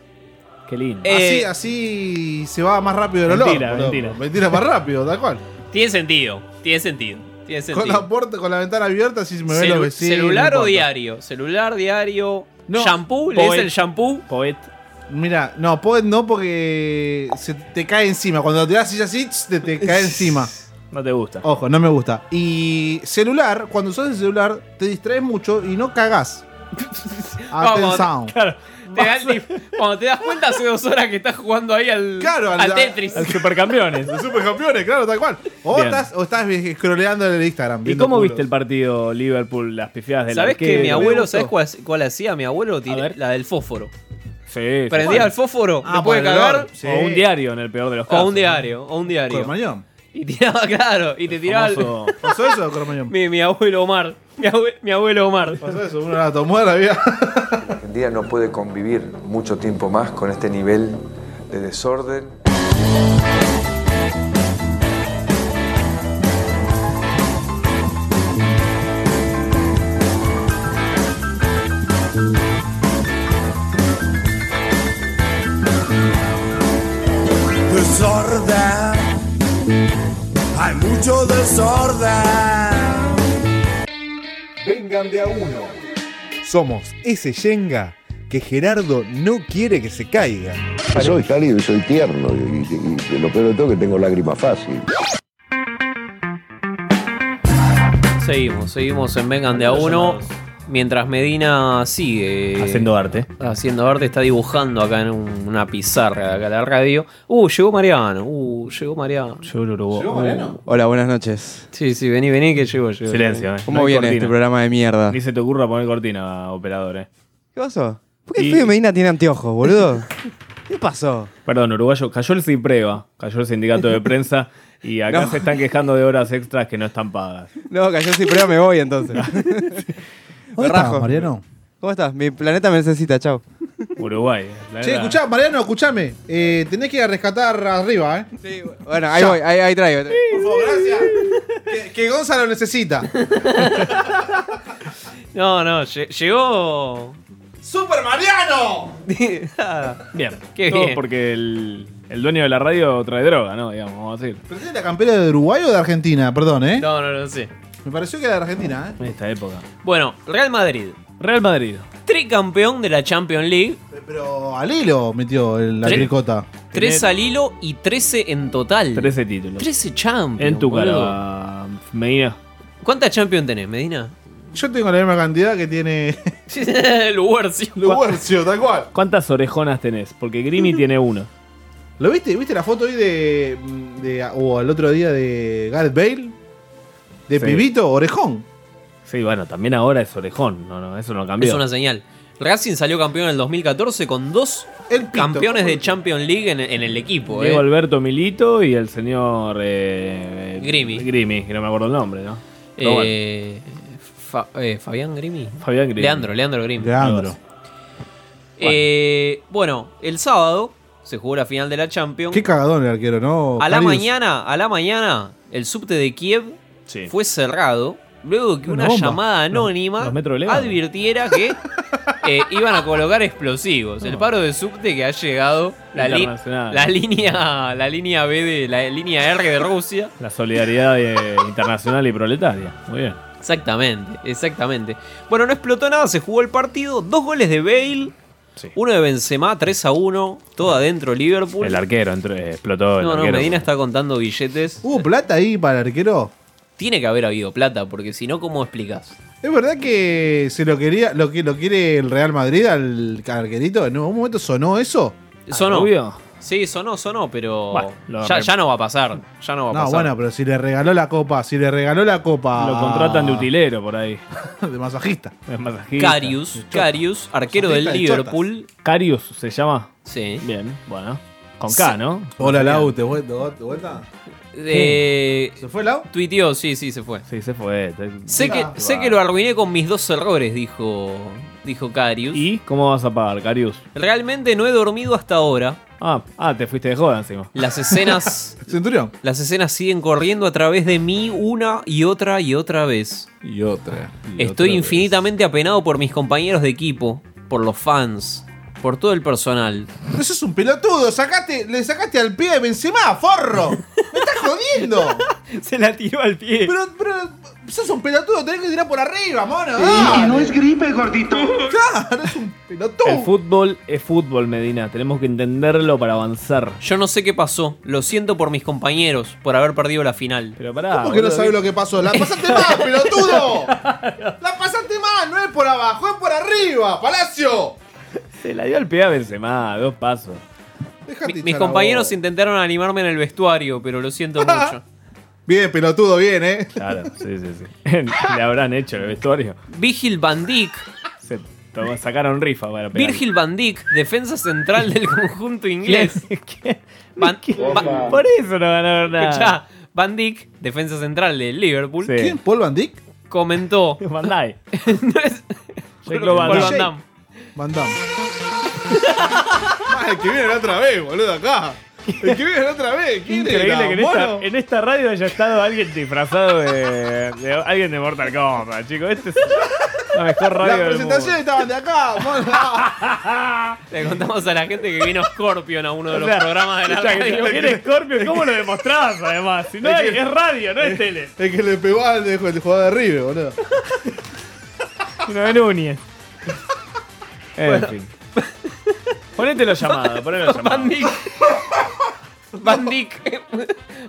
Speaker 12: Qué lindo.
Speaker 10: Eh,
Speaker 11: así, así se va más rápido el olor.
Speaker 12: Mentira,
Speaker 11: boludo.
Speaker 12: mentira.
Speaker 11: Mentira más rápido, tal cual.
Speaker 10: Tiene sentido, tiene sentido. Tiene
Speaker 11: Con
Speaker 10: sentido.
Speaker 11: la puerta, con la ventana abierta, así me ven
Speaker 10: Celu-
Speaker 11: los vecinos.
Speaker 10: ¿Celular o
Speaker 11: no importa.
Speaker 10: diario? Celular, diario. ¿Shampoo? ¿Le
Speaker 11: Poet.
Speaker 10: es el shampoo?
Speaker 12: Poet.
Speaker 11: Mira, no, Poet no porque se te cae encima. Cuando te das silla así, tss, te, te cae encima.
Speaker 12: No te gusta.
Speaker 11: Ojo, no me gusta. Y celular, cuando usas el celular, te distraes mucho y
Speaker 10: (laughs)
Speaker 11: no cagás. Atención.
Speaker 12: Claro.
Speaker 10: Te da el dif- Cuando te das cuenta hace dos horas que estás jugando ahí al,
Speaker 11: Claro,
Speaker 10: al,
Speaker 11: al-
Speaker 10: Tetris.
Speaker 12: Al supercampeones.
Speaker 11: Los supercampeones, claro, tal cual. O
Speaker 12: Bien.
Speaker 11: estás, o estás scrolleando en el Instagram.
Speaker 12: ¿Y
Speaker 11: viendo
Speaker 12: cómo
Speaker 11: culos.
Speaker 12: viste el partido Liverpool, las pifiadas del
Speaker 10: ¿Sabés que
Speaker 12: arquero?
Speaker 10: mi abuelo,
Speaker 12: Me
Speaker 10: ¿sabés
Speaker 12: gustó.
Speaker 10: cuál, cuál hacía? Mi abuelo tira- la del fósforo.
Speaker 12: Sí. sí.
Speaker 10: Prendía el fósforo,
Speaker 11: Ah,
Speaker 10: después de
Speaker 11: para el olor,
Speaker 10: cagar,
Speaker 11: sí.
Speaker 12: O un diario en el peor de los
Speaker 10: o a
Speaker 12: casos.
Speaker 10: un diario, o un diario.
Speaker 11: Cromañón.
Speaker 10: Y tiraba, (laughs) claro, y te tiraba el-
Speaker 12: Famoso-
Speaker 11: ¿Pasó eso, Cromañón?
Speaker 10: mi, mi abuelo Omar. Mi, abue- mi abuelo Omar.
Speaker 11: ¿Pasó eso? Uno la tomó a la vida.
Speaker 21: Argentina no puede convivir mucho tiempo más con este nivel de desorden.
Speaker 15: Desorden, hay mucho desorden.
Speaker 20: Vengan de a uno.
Speaker 5: Somos ese Yenga que Gerardo no quiere que se caiga.
Speaker 22: Soy cálido y soy tierno. Y, y- y lo peor de todo es que tengo lágrimas fácil.
Speaker 10: Seguimos, seguimos en Vengan de a uno. Mientras Medina sigue. eh,
Speaker 12: Haciendo arte.
Speaker 10: Haciendo arte, está dibujando acá en un- una pizarra de acá de la radio. Uh, llegó Mariano. Uh, llegó Mariano.
Speaker 12: Llegó el Uruguay.
Speaker 10: ¿Llegó Mariano?
Speaker 1: Uh. Hola, buenas noches.
Speaker 10: Sí, sí, vení, vení que llegó, llegó.
Speaker 12: Silencio, eh.
Speaker 1: ¿Cómo
Speaker 12: No hay
Speaker 1: viene
Speaker 12: cortina.
Speaker 1: este programa de mierda?
Speaker 12: Ni se te ocurra poner cortina, operador, eh.
Speaker 1: ¿Qué pasó? ¿Por qué el Fede Medina tiene anteojos, boludo? ¿Qué pasó?
Speaker 12: Perdón, uruguayo, cayó el CIPREVA, cayó el sindicato de prensa y acá
Speaker 1: No.
Speaker 12: se están quejando de horas extras que no están pagas.
Speaker 1: (laughs) No, cayó sin prueba, me voy (laughs) entonces. me rajo.
Speaker 11: Mariano?
Speaker 1: ¿Cómo estás? Mi planeta me necesita, chao.
Speaker 12: Uruguay.
Speaker 11: Che, escuchá, Mariano, escuchame. Eh, tenés que ir a rescatar arriba, ¿eh?
Speaker 1: Bueno, ahí voy, ahí, ahí traigo.
Speaker 11: Por favor, gracias. que, que Gonzalo
Speaker 10: (laughs)
Speaker 11: necesita.
Speaker 10: No, no, lle- llegó. (laughs)
Speaker 11: ¡Super Mariano!
Speaker 12: Bien.
Speaker 10: Qué
Speaker 12: Todo
Speaker 10: bien.
Speaker 12: porque el, el dueño de la radio trae droga, ¿no? Digamos, vamos a decir.
Speaker 11: ¿Es la campera de Uruguay o de Argentina? Perdón, ¿eh?
Speaker 10: No, no, no sé.
Speaker 11: Me pareció que era de Argentina, eh.
Speaker 12: En esta época.
Speaker 10: Bueno, Real Madrid.
Speaker 12: Real Madrid.
Speaker 10: Tricampeón de la Champions League.
Speaker 11: ¿eh? Pero al hilo metió el- la
Speaker 10: Tre-
Speaker 11: tricota.
Speaker 10: Tres al hilo y 13 en total.
Speaker 12: 13 títulos.
Speaker 10: 13 Champions.
Speaker 12: En tu
Speaker 10: boludo.
Speaker 12: cara, Medina.
Speaker 10: ¿Cuántas Champions tenés, Medina? (laughs)
Speaker 11: Yo tengo la misma cantidad que tiene. (laughs)
Speaker 10: Luercio.
Speaker 11: Luercio, tal cual.
Speaker 12: ¿Cuántas orejonas tenés? Porque
Speaker 11: (laughs)
Speaker 12: Grimi tiene uno.
Speaker 11: ¿Lo viste? ¿Viste la foto hoy de. de- o el otro día de Gareth Bale? De
Speaker 12: Sí.
Speaker 11: pibito, orejón.
Speaker 12: Sí, bueno, también ahora es orejón. No, no, eso no cambió.
Speaker 10: Es una señal. Racing salió campeón en el 2014 con dos campeones de Champions League en, en el equipo.
Speaker 12: Diego
Speaker 10: eh.
Speaker 12: Alberto Milito y el señor. eh,
Speaker 10: Grimi.
Speaker 12: Grimi, que no me acuerdo el nombre, ¿no? Pero bueno.
Speaker 10: Eh, Fa- eh, Fabián Grimi.
Speaker 12: Fabián Grimi.
Speaker 10: Leandro, Leandro Grimi.
Speaker 12: Leandro.
Speaker 10: Eh, bueno, el sábado se jugó la final de la Champions.
Speaker 11: Qué cagadón el arquero, ¿no?
Speaker 10: A la
Speaker 11: Carius?
Speaker 10: mañana, a la mañana, el subte de Kiev fue cerrado luego que
Speaker 12: Una
Speaker 10: una,
Speaker 12: bomba.
Speaker 10: llamada
Speaker 12: Los-
Speaker 10: anónima
Speaker 12: los metros elevados. (laughs)
Speaker 10: advirtiera que eh, iban a colocar explosivos. El paro de subte que ha llegado la, li-
Speaker 12: Internacional.
Speaker 10: la línea la línea B de la línea R de Rusia.
Speaker 12: La solidaridad eh, internacional y proletaria. Muy bien.
Speaker 10: Exactamente, exactamente. Bueno, no explotó nada, se jugó el partido, dos goles de Bale, uno de Benzema, 3 a 1, todo adentro Liverpool.
Speaker 12: El arquero entró, eh, explotó. El
Speaker 10: no, no,
Speaker 12: arquero.
Speaker 10: Medina está contando billetes.
Speaker 11: ¿Hubo plata ahí para el arquero?
Speaker 10: Tiene que haber habido plata, porque si no, ¿cómo explicas?
Speaker 11: ¿Es verdad que se lo quería, lo que lo quiere el Real Madrid al al arquerito? ¿En un momento sonó eso?
Speaker 10: Sonó.
Speaker 11: Rubio?
Speaker 10: Sí, sonó, sonó, pero
Speaker 11: Bueno, lo
Speaker 10: ya,
Speaker 11: re-
Speaker 10: ya no va a pasar. Ya no va a
Speaker 11: No,
Speaker 10: pasar.
Speaker 11: bueno, pero si le regaló la copa, si le regaló la copa.
Speaker 12: Lo contratan de
Speaker 11: (laughs)
Speaker 12: utilero por ahí.
Speaker 11: de masajista.
Speaker 12: Es masajista.
Speaker 10: Carius, Carius, arquero del
Speaker 12: Masajista de
Speaker 10: Liverpool.
Speaker 12: Carius se llama.
Speaker 10: Sí.
Speaker 12: Bien, bueno. Con K,
Speaker 10: Sí.
Speaker 12: ¿no?
Speaker 11: Hola, Lau, ¿te vuel- te vuel- te vuelta? Eh,
Speaker 10: ¿Se
Speaker 11: fue Lau?
Speaker 10: Tuiteó, sí, sí, se fue.
Speaker 12: Sí, se fue.
Speaker 10: Sé, que,
Speaker 12: Ah,
Speaker 10: sé
Speaker 12: va.
Speaker 10: que lo arruiné con mis dos errores, dijo, dijo Carius.
Speaker 12: ¿Y cómo vas a pagar, Carius?
Speaker 10: Realmente no he dormido hasta ahora.
Speaker 12: Ah, ah, te fuiste de joda encima.
Speaker 10: Las escenas.
Speaker 11: Centurión.
Speaker 10: Las escenas siguen corriendo a través de mí una y otra y otra vez.
Speaker 1: Y otra.
Speaker 10: Estoy infinitamente apenado por mis compañeros de equipo, por los fans, por todo el personal.
Speaker 11: Pero eso es un pelotudo, sacaste, le sacaste al pie de Benzema, forro. ¡Me estás jodiendo!
Speaker 12: (laughs) Se la tiró al pie.
Speaker 11: Pero, pero, sos un pelotudo, tenés que tirar por arriba, mono. dale.
Speaker 12: no es gripe,
Speaker 11: (laughs)
Speaker 12: gordito.
Speaker 11: Claro, es un pelotudo.
Speaker 12: El fútbol es fútbol, Medina. Tenemos que entenderlo para avanzar.
Speaker 10: Yo no sé qué pasó, lo siento por mis compañeros, por haber perdido la final.
Speaker 12: Pero pará.
Speaker 11: ¿Cómo que no sabes lo que pasó? ¡La pasaste mal, pelotudo! ¡La pasaste mal! No es por abajo, es por arriba, Palacio.
Speaker 12: Se la dio al pie a Benzema, dos pasos.
Speaker 11: Dejate hinchar
Speaker 10: Mis
Speaker 11: la
Speaker 10: compañeros intentaron animarme en el vestuario, pero lo
Speaker 11: (laughs)
Speaker 10: siento mucho.
Speaker 11: Bien, pelotudo, bien, ¿eh?
Speaker 12: Claro, sí, sí, (laughs) sí. Le habrán hecho el vestuario.
Speaker 10: Virgil van Dijk.
Speaker 12: Se tomó- sacaron rifa para pegar.
Speaker 10: Virgil van Dijk, defensa
Speaker 12: (laughs)
Speaker 10: central del conjunto inglés. Van, Van-
Speaker 12: Por eso no ganaron nada.
Speaker 10: Escuchá, Van Dijk, defensa central del Liverpool.
Speaker 11: ¿Quién? ¿Paul Van Dijk?
Speaker 10: Comentó.
Speaker 12: Van Dijk.
Speaker 10: Paul Van Damme.
Speaker 11: Van Damme. Ah, el que viene la otra vez, boludo, acá. El que viene la otra vez. ¿Quién
Speaker 12: Increíble
Speaker 11: era,
Speaker 12: que en esta,
Speaker 11: mono?
Speaker 12: en esta radio haya estado alguien disfrazado de, de alguien de Mortal Kombat, chicos. Este es la mejor radio
Speaker 11: Las
Speaker 12: del mundo.
Speaker 11: presentaciones estaban
Speaker 12: (laughs)
Speaker 11: de acá, mono.
Speaker 10: Le contamos a la gente que vino Scorpion a uno de los
Speaker 12: O sea,
Speaker 10: programas de la
Speaker 12: o sea, que
Speaker 10: radio.
Speaker 12: lo que era Scorpio, ¿cómo lo demostrabas además? Si no
Speaker 11: Es
Speaker 12: hay-
Speaker 11: que-
Speaker 12: es radio, no es tele.
Speaker 11: El que le pegó al de- el jugador de River, boludo.
Speaker 12: Una de Núñez. En fin. (laughs) Ponete los llamados, ponete los llamados.
Speaker 10: Van Dijk.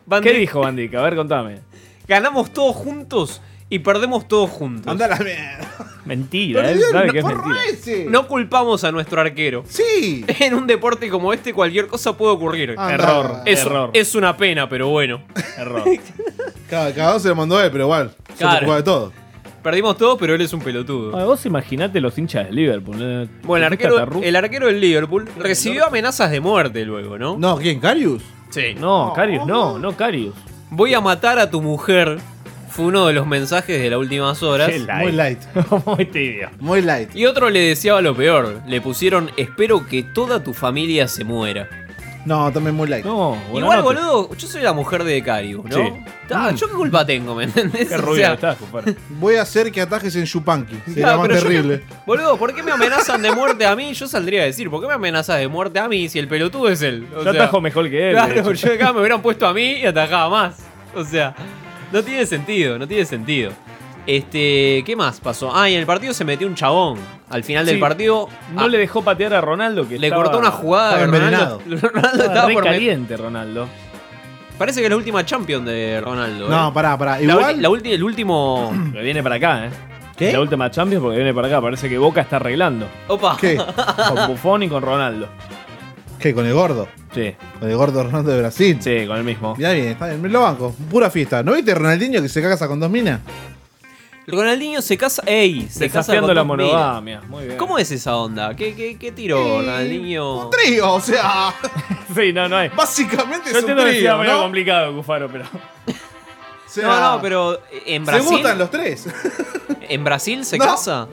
Speaker 10: Van
Speaker 12: ¿Qué
Speaker 10: Dijk.
Speaker 12: dijo Bandic? A ver, contame.
Speaker 10: Ganamos todos juntos y perdemos todos juntos.
Speaker 11: Anda la
Speaker 10: Mentira,
Speaker 11: él Perdió sabe el que es porro mentira. ese.
Speaker 10: No culpamos a nuestro arquero.
Speaker 11: Sí.
Speaker 10: En un deporte como este cualquier cosa puede ocurrir.
Speaker 11: Anda. Error,
Speaker 10: Es,
Speaker 11: error.
Speaker 10: Es una pena, pero bueno. Error.
Speaker 11: Cada, cada uno se lo mandó él, pero igual. Se
Speaker 10: Claro.
Speaker 11: preocupa de todo.
Speaker 10: Perdimos todos, pero él es un pelotudo.
Speaker 12: Ah, vos imaginate los hinchas del Liverpool. eh.
Speaker 10: Bueno, el
Speaker 12: Te fuiste a
Speaker 10: arquero,
Speaker 12: Tarru-
Speaker 10: el arquero del Liverpool recibió amenazas de muerte luego, ¿no?
Speaker 11: No, ¿quién? ¿Carius?
Speaker 10: Sí.
Speaker 12: No, Carius, no, no Carius.
Speaker 10: Voy a matar a tu mujer. Fue uno de los mensajes de las últimas horas.
Speaker 12: Qué light. (laughs) Muy
Speaker 11: light.
Speaker 12: Muy tibio.
Speaker 11: Muy light.
Speaker 10: Y otro le deseaba lo peor. Le pusieron, espero que toda tu familia se muera.
Speaker 11: No, también muy light.
Speaker 12: No,
Speaker 10: Igual, boludo, yo soy la mujer de Carius, ¿no?
Speaker 11: Sí.
Speaker 10: Ta,
Speaker 11: Mm.
Speaker 10: ¿Yo qué culpa tengo, me entendés?
Speaker 11: Qué
Speaker 10: O
Speaker 11: rubio
Speaker 10: sea,
Speaker 12: estás,
Speaker 11: Voy a hacer que atajes
Speaker 12: (laughs)
Speaker 11: en Chupanqui. Será
Speaker 10: Claro,
Speaker 11: más
Speaker 10: pero yo
Speaker 11: terrible.
Speaker 10: me- boludo, ¿por qué me amenazan de muerte a mí? Yo saldría a decir, ¿por qué me amenazas de muerte a mí si el pelotudo es él? O
Speaker 12: Yo atajo mejor que él, de
Speaker 10: Claro,
Speaker 12: hecho.
Speaker 10: yo acá me hubieran puesto a mí y atajaba más. O sea, no tiene sentido, no tiene sentido. Este, ¿qué más pasó? Ah, y en el partido se metió un chabón. Al final del
Speaker 12: Sí.
Speaker 10: partido ah,
Speaker 12: No le dejó patear a Ronaldo que
Speaker 10: le
Speaker 12: estaba-
Speaker 10: cortó una jugada.
Speaker 12: estaba
Speaker 10: de Ronaldo,
Speaker 12: envenenado.
Speaker 10: (laughs) Ronaldo
Speaker 12: Estaba
Speaker 10: estaba
Speaker 12: re
Speaker 10: por met-
Speaker 12: caliente, Ronaldo.
Speaker 10: Parece que es la última champion de Ronaldo.
Speaker 12: No,
Speaker 10: eh.
Speaker 12: pará, pará.
Speaker 10: La
Speaker 12: Igual-
Speaker 10: ulti- la ulti- el último.
Speaker 12: Que viene para acá, ¿eh? La última Champions porque viene para acá. Parece que Boca está arreglando.
Speaker 10: Opa.
Speaker 11: (laughs)
Speaker 12: (laughs)
Speaker 11: ¿Qué?
Speaker 12: Con Buffon y con Ronaldo.
Speaker 11: ¿Qué? ¿Con el gordo?
Speaker 12: Sí.
Speaker 11: Con el gordo Ronaldo de Brasil.
Speaker 12: Sí, con el mismo.
Speaker 11: Mirá bien, está bien. Me lo banco. Pura fiesta. ¿No viste Ronaldinho que se casa con dos minas?
Speaker 10: Ronaldinho se casa. ¡Ey! Se casa
Speaker 12: Desafiando
Speaker 10: con
Speaker 12: la
Speaker 10: dos minas.
Speaker 12: monogamia, muy bien.
Speaker 10: ¿Cómo es esa onda? ¿Qué, qué, qué tiró Ronaldinho?
Speaker 11: Trío, o sea.
Speaker 12: (laughs) sí, no, no hay.
Speaker 11: Básicamente
Speaker 12: Yo
Speaker 11: es un
Speaker 12: entiendo que sea
Speaker 11: trío,
Speaker 12: medio
Speaker 11: ¿no?
Speaker 12: complicado, Cufaro, pero.
Speaker 10: no, no, pero eh, en Brasil.
Speaker 11: Se gustan los tres.
Speaker 10: (laughs) ¿En Brasil se
Speaker 11: No.
Speaker 10: casa?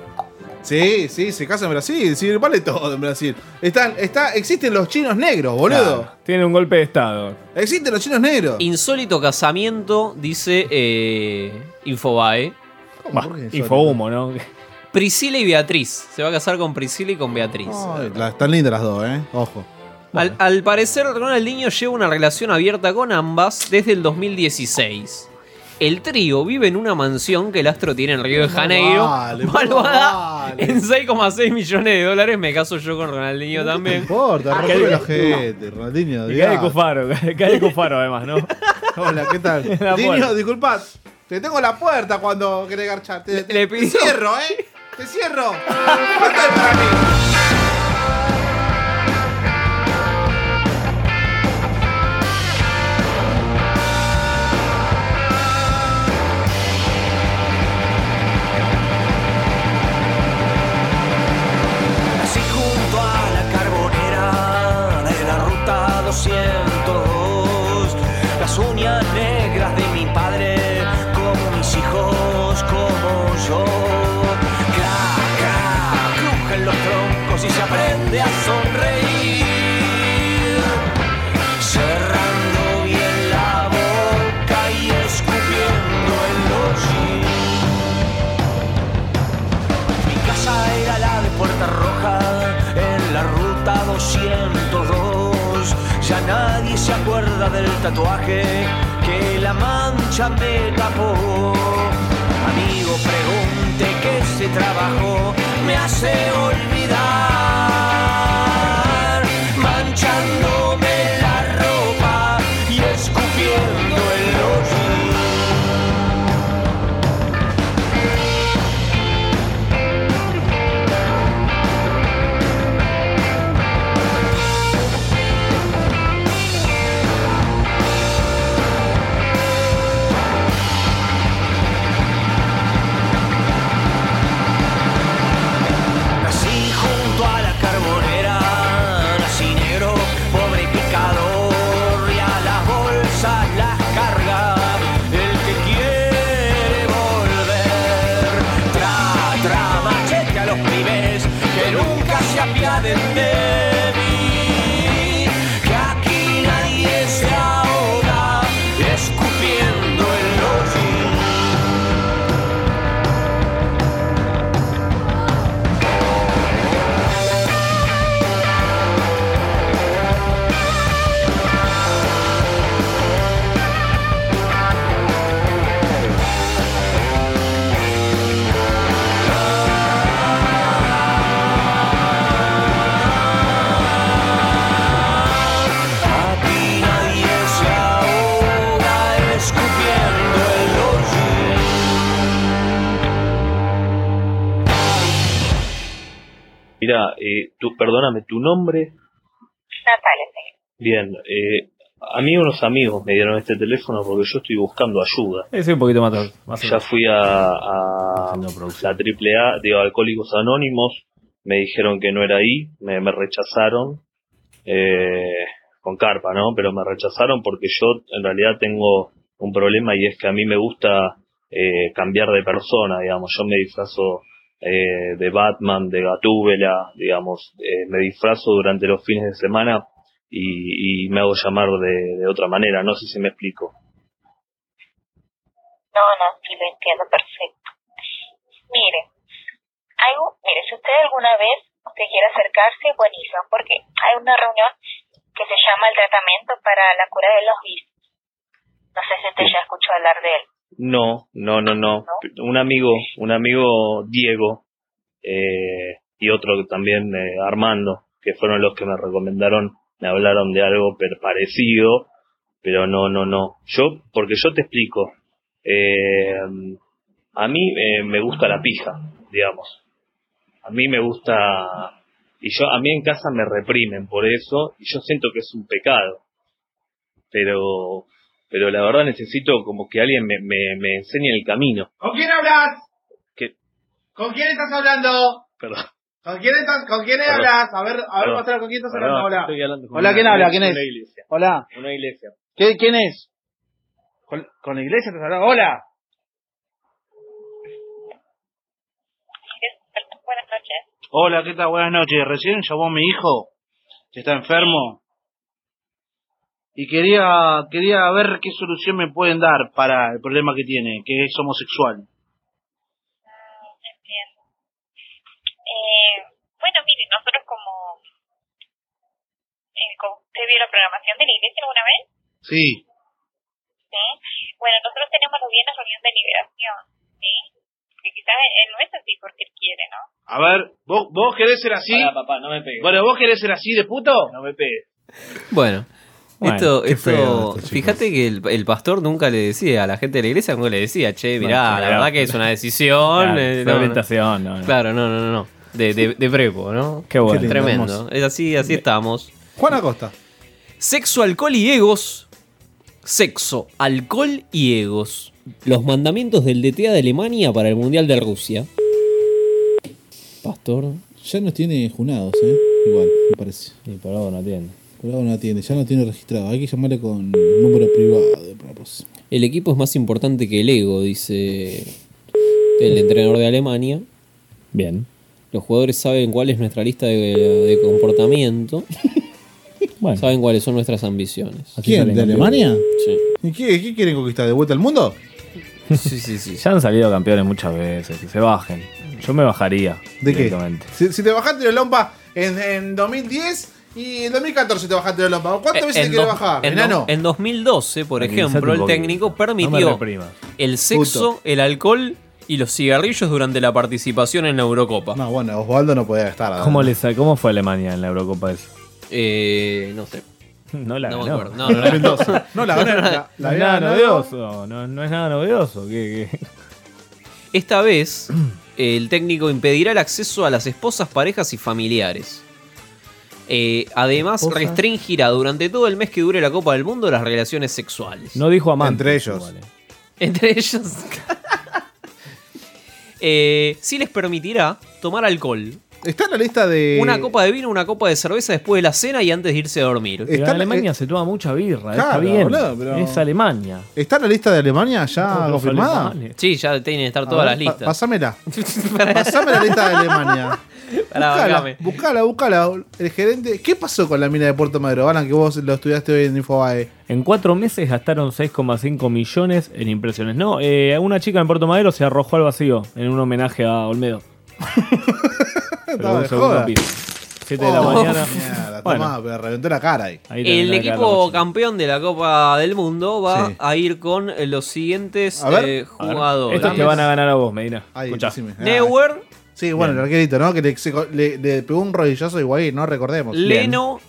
Speaker 11: Sí, sí, se casa en Brasil. Sí, vale todo en Brasil. Están, está, existen los chinos negros, boludo.
Speaker 12: Tiene un golpe de estado.
Speaker 11: Existen los chinos negros.
Speaker 10: Insólito casamiento, dice eh, Infobae.
Speaker 11: Bah, ¿Por qué insólito?
Speaker 12: infohumo, ¿no?
Speaker 10: Priscila y Beatriz. Se va a casar con Priscila y con Beatriz.
Speaker 11: Ay, la- están lindas las dos, ¿eh? Ojo.
Speaker 10: Al, al parecer, Ronaldinho lleva una relación abierta con ambas desde el 2016. El trío vive en una mansión que el astro tiene en Río de
Speaker 11: Más
Speaker 10: Janeiro,
Speaker 11: vale, más
Speaker 10: valuada en 6,6 millones de dólares. Me caso yo con Ronaldinho
Speaker 11: No
Speaker 10: también.
Speaker 11: importa,
Speaker 10: Ah,
Speaker 11: rompe
Speaker 10: qué
Speaker 11: los
Speaker 10: bien.
Speaker 11: jetes, Ronaldinho.
Speaker 12: Y cae
Speaker 11: digamos.
Speaker 12: Cufaro, cae Cufaro además, ¿no?
Speaker 11: (laughs) Hola,
Speaker 12: (laughs)
Speaker 11: ¿qué tal?
Speaker 23: (laughs)
Speaker 12: La puerta.
Speaker 11: Niño, disculpad. Te tengo la puerta cuando querés garchar. Te, te-
Speaker 10: le
Speaker 11: te
Speaker 10: pido-
Speaker 11: cierro, ¿eh? Te
Speaker 23: (laughs)
Speaker 11: cierro.
Speaker 3: Así junto a la carbonera de la ruta 202, las uñas negras de mi padre, como mis hijos, como yo. Cra, cra, crujen los troncos y se aprende a sonreír, cerrando bien la boca y escupiendo el hoyo. Mi casa era la de Puerta Roja, en la ruta 202. Ya nadie se acuerda del tatuaje que la mancha me tapó. Amigo, pregunte que ese trabajo me hace olvidar. Manchándome la ropa y escupiendo el hoyo. Nací junto a la carbonera, nací negro, pobre y picador, y a las bolsas las carga el que quiere volver. Tra, tra, machete a los pibes que nunca se apiaden de mí, que aquí nadie se ahoga escupiendo el hoyo. Manchándome
Speaker 24: Mira, eh, tú, perdóname, ¿tu nombre?
Speaker 25: Natalia,
Speaker 24: Bien, eh, a mí unos amigos me dieron este teléfono porque yo estoy buscando ayuda.
Speaker 12: Eh, sí, un poquito más tarde. Más
Speaker 24: Ya fui a, a la AAA, digo, Alcohólicos Anónimos, me dijeron que no era ahí, me, me rechazaron, eh, con carpa, ¿no? Pero me rechazaron porque yo en realidad tengo un problema y es que a mí me gusta eh, cambiar de persona, digamos, yo me disfrazo eh, de Batman, de Gatúbela, digamos, eh, me disfrazo durante los fines de semana y, y me hago llamar de, de otra manera, no sé si me explico.
Speaker 25: No, no, sí lo entiendo perfecto. Mire, hay un- mire, si usted alguna vez se quiere acercarse, buenísimo, porque hay una reunión que se llama el tratamiento para la cura de los vicios. No sé si usted ya escuchó hablar de él.
Speaker 24: No, no, no, no. Un amigo, un amigo Diego eh, y otro que también eh, Armando, que fueron los que me recomendaron, me hablaron de algo per- parecido, pero no, no, no. Yo, porque yo te explico, eh, a mí eh, me gusta la pija, digamos. A mí me gusta y yo a mí en casa me reprimen por eso y yo siento que es un pecado pero pero la verdad necesito como que alguien me, me, me enseñe el camino.
Speaker 23: ¿Con quién hablas?
Speaker 24: ¿Qué?
Speaker 23: ¿Con quién estás hablando?
Speaker 24: Perdón.
Speaker 23: ¿Con quién estás? ¿Con quién
Speaker 24: Perdón.
Speaker 23: hablas? A ver, a ver,
Speaker 24: Perdón.
Speaker 23: mostrar con quién estás
Speaker 24: Perdón,
Speaker 23: hablando. Hola.
Speaker 24: estoy hablando con
Speaker 23: Hola,
Speaker 24: una-
Speaker 23: ¿quién habla? ¿Quién
Speaker 24: una
Speaker 23: es?
Speaker 24: iglesia.
Speaker 23: Hola.
Speaker 24: Una iglesia.
Speaker 23: ¿Qué- ¿Quién es? ¿Con, con la iglesia estás hablando? Hola.
Speaker 25: Buenas noches.
Speaker 23: Hola, ¿qué tal? Buenas noches. Recién llamó mi hijo, que está enfermo. Y quería, quería ver qué solución me pueden dar para el problema que tiene, que es homosexual.
Speaker 25: Entiendo. Eh, bueno, mire, nosotros como... eh, como ¿Usted vio la programación de la iglesia alguna vez?
Speaker 23: Sí.
Speaker 25: ¿sí? Bueno, nosotros tenemos los viernes reunión de liberación, ¿sí? Que quizás él, él no es así porque él quiere, ¿no?
Speaker 23: A ver, ¿vos, vos querés ser así?
Speaker 24: papá, no me pegues.
Speaker 23: Bueno, ¿vos querés ser así de puto? No me pegues.
Speaker 10: Bueno.
Speaker 24: Bueno,
Speaker 10: esto,
Speaker 24: qué
Speaker 10: esto,
Speaker 24: feo esto, chicos.
Speaker 10: fíjate que el, el pastor nunca le decía a la gente de la iglesia, nunca le decía, che,
Speaker 12: Bueno,
Speaker 10: mirá, la
Speaker 12: claro.
Speaker 10: verdad que es una decisión.
Speaker 12: (laughs) Claro,
Speaker 10: eh,
Speaker 12: fue
Speaker 10: no, no".
Speaker 12: orientación, no, no.
Speaker 10: Claro, no, no, no. De, de, de brevo, ¿no?
Speaker 12: Qué bueno. Qué lindo,
Speaker 10: Tremendo.
Speaker 12: hermoso.
Speaker 10: Es así, así estamos.
Speaker 11: Juan Acosta.
Speaker 10: Sexo, alcohol y egos. Sexo, alcohol y egos. Los mandamientos del DTA de Alemania para el Mundial de Rusia. Pastor.
Speaker 11: Ya nos tiene junados, ¿eh? Igual, me parece.
Speaker 12: Y por ahora no atiende.
Speaker 11: Por ahora no atiende, ya no tiene registrado. Hay que llamarle con número privado de propósito.
Speaker 10: El equipo es más importante que el ego, dice el entrenador de Alemania.
Speaker 12: Bien.
Speaker 10: Los jugadores saben cuál es nuestra lista de, de
Speaker 12: (laughs)
Speaker 10: comportamiento. Saben cuáles son nuestras ambiciones.
Speaker 11: ¿Quién? ¿De Alemania?
Speaker 10: Sí.
Speaker 11: ¿Y qué, qué quieren conquistar? ¿De vuelta al mundo?
Speaker 10: Sí, sí, sí.
Speaker 12: (laughs) Ya han salido campeones muchas veces, que se bajen. Yo me bajaría.
Speaker 11: ¿De qué?
Speaker 12: directamente.
Speaker 11: Si, si te bajaste la lompa en, en 2010 y en 2014 te bajaste la lompa,
Speaker 12: Eh,
Speaker 11: ¿cuántas veces te
Speaker 10: En
Speaker 11: quieres
Speaker 10: dos-
Speaker 11: bajar?
Speaker 10: en,
Speaker 11: Enano.
Speaker 10: dos- en 2012, por
Speaker 12: Tranquilízate
Speaker 10: ejemplo,
Speaker 12: un
Speaker 10: el
Speaker 12: poquito.
Speaker 10: técnico
Speaker 12: No me
Speaker 10: permitió
Speaker 12: reprimas.
Speaker 10: el sexo, el alcohol y los cigarrillos durante la participación en la Eurocopa.
Speaker 11: No, bueno, Osvaldo no podía gastar. ¿no?
Speaker 12: ¿Cómo, le sa- ¿Cómo fue Alemania en la Eurocopa esa?
Speaker 10: Eh, no sé.
Speaker 12: (laughs) No la
Speaker 10: No me
Speaker 12: ganó.
Speaker 10: acuerdo.
Speaker 12: (laughs)
Speaker 10: No, no la- Mendoza. No la ganó, la-
Speaker 12: no
Speaker 10: la
Speaker 12: es
Speaker 10: había
Speaker 12: nada
Speaker 10: ganado.
Speaker 12: novedoso. No, no es nada novedoso. ¿Qué, qué?
Speaker 10: (laughs) Esta vez, el técnico impedirá el acceso a las esposas, parejas y familiares. Eh, además,
Speaker 12: Esposas.
Speaker 10: restringirá durante todo el mes que dure la Copa del Mundo las relaciones sexuales.
Speaker 12: No dijo eh. amante.
Speaker 11: Entre ellos.
Speaker 10: Entre ellos. Eh, sí les permitirá tomar alcohol.
Speaker 11: Está en la lista de.
Speaker 10: Una copa de vino, una copa de cerveza después de la cena y antes de irse a dormir.
Speaker 12: Pero en Alemania se toma mucha birra. está
Speaker 11: eh, Claro,
Speaker 12: bien.
Speaker 11: boludo, pero-
Speaker 12: Es Alemania.
Speaker 11: ¿Está en la lista de Alemania ya
Speaker 12: Todos los
Speaker 11: confirmada?
Speaker 12: alemanes.
Speaker 10: Sí, ya tienen que estar todas
Speaker 11: A
Speaker 10: las
Speaker 11: ver, pa-
Speaker 10: listas.
Speaker 11: Pasámela.
Speaker 10: (laughs)
Speaker 11: Pasame la lista
Speaker 12: (laughs)
Speaker 11: de Alemania.
Speaker 10: Pará,
Speaker 11: Buscala,
Speaker 10: bancame.
Speaker 11: buscala, buscala. El gerente. ¿Qué pasó con la mina de Puerto Madero, Alan, que vos lo estudiaste hoy en Infobae? Eh,
Speaker 12: En cuatro meses gastaron 6,5 millones en impresiones. No, eh, una chica en Puerto Madero se arrojó al vacío en un homenaje a Olmedo. Pero
Speaker 11: Estaba
Speaker 12: un
Speaker 11: de
Speaker 12: segundo
Speaker 11: joda.
Speaker 12: piso. Siete de la
Speaker 11: Oh,
Speaker 12: mañana.
Speaker 11: (laughs) Mierda,
Speaker 12: Bueno.
Speaker 11: tomá, pero reventó la cara ahí.
Speaker 12: Ahí terminó
Speaker 10: El
Speaker 12: la
Speaker 10: equipo campeón de la Copa del Mundo va
Speaker 12: Sí.
Speaker 10: a ir con eh, los siguientes
Speaker 11: A ver.
Speaker 10: eh,
Speaker 11: A ver. Ah,
Speaker 10: jugadores.
Speaker 12: Estos te van a ganar a vos, Medina. Escuchá.
Speaker 10: Neuer,
Speaker 11: Sí, bueno, el arquerito, ¿no? Que le, se co- le- le pegó un rodillazo a Higuaín, no recordemos.
Speaker 10: Leno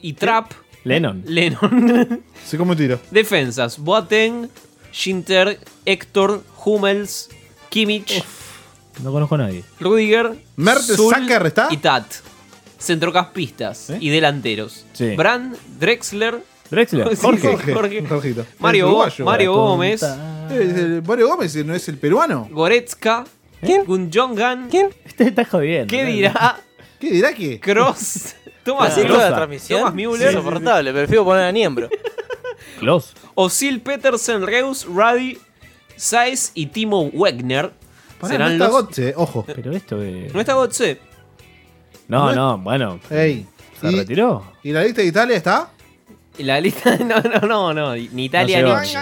Speaker 10: y Trapp.
Speaker 12: Lennon.
Speaker 10: Lennon. (laughs)
Speaker 11: Se come un tiro.
Speaker 10: Defensas: Boateng, Schinter, Héctor, Hummels, Kimmich,
Speaker 12: No conozco a nadie.
Speaker 10: Rudiger,
Speaker 12: Mertesacker,
Speaker 10: está? y Tat. Centrocampistas y delanteros.
Speaker 12: Sí.
Speaker 10: Brand, Drexler.
Speaker 12: Drexler,
Speaker 10: (laughs) Sí, Jorge. Mario, Go- Mario Gómez.
Speaker 11: Es el- Mario Gómez no es el peruano.
Speaker 10: Goretzka. ¿Quién? Gunjongan. ¿Quién?
Speaker 12: Usted Este está jodiendo.
Speaker 10: ¿Qué dirá?
Speaker 11: ¿Qué dirá qué?
Speaker 4: (laughs)
Speaker 10: Cross. Thomas
Speaker 4: Así
Speaker 10: Müller.
Speaker 4: toda la transmisión.
Speaker 10: Thomas Müller.
Speaker 4: Es insoportable, prefiero poner a
Speaker 12: (laughs)
Speaker 4: Niembro.
Speaker 12: Close.
Speaker 10: Osil Petersen, Reus, Ruddy, Saez y Timo Wegner.
Speaker 11: Pará, no
Speaker 10: serán
Speaker 11: está
Speaker 10: los.
Speaker 11: Gotze, ojo.
Speaker 12: Pero esto es.
Speaker 10: No está Gotze.
Speaker 12: No, no, bueno.
Speaker 11: Ey.
Speaker 12: ¿Se retiró?
Speaker 11: ¿Y la lista de Italia está?
Speaker 10: La lista. (laughs) No, no, no, no. Ni Italia
Speaker 11: No llegó.
Speaker 10: ni Chile.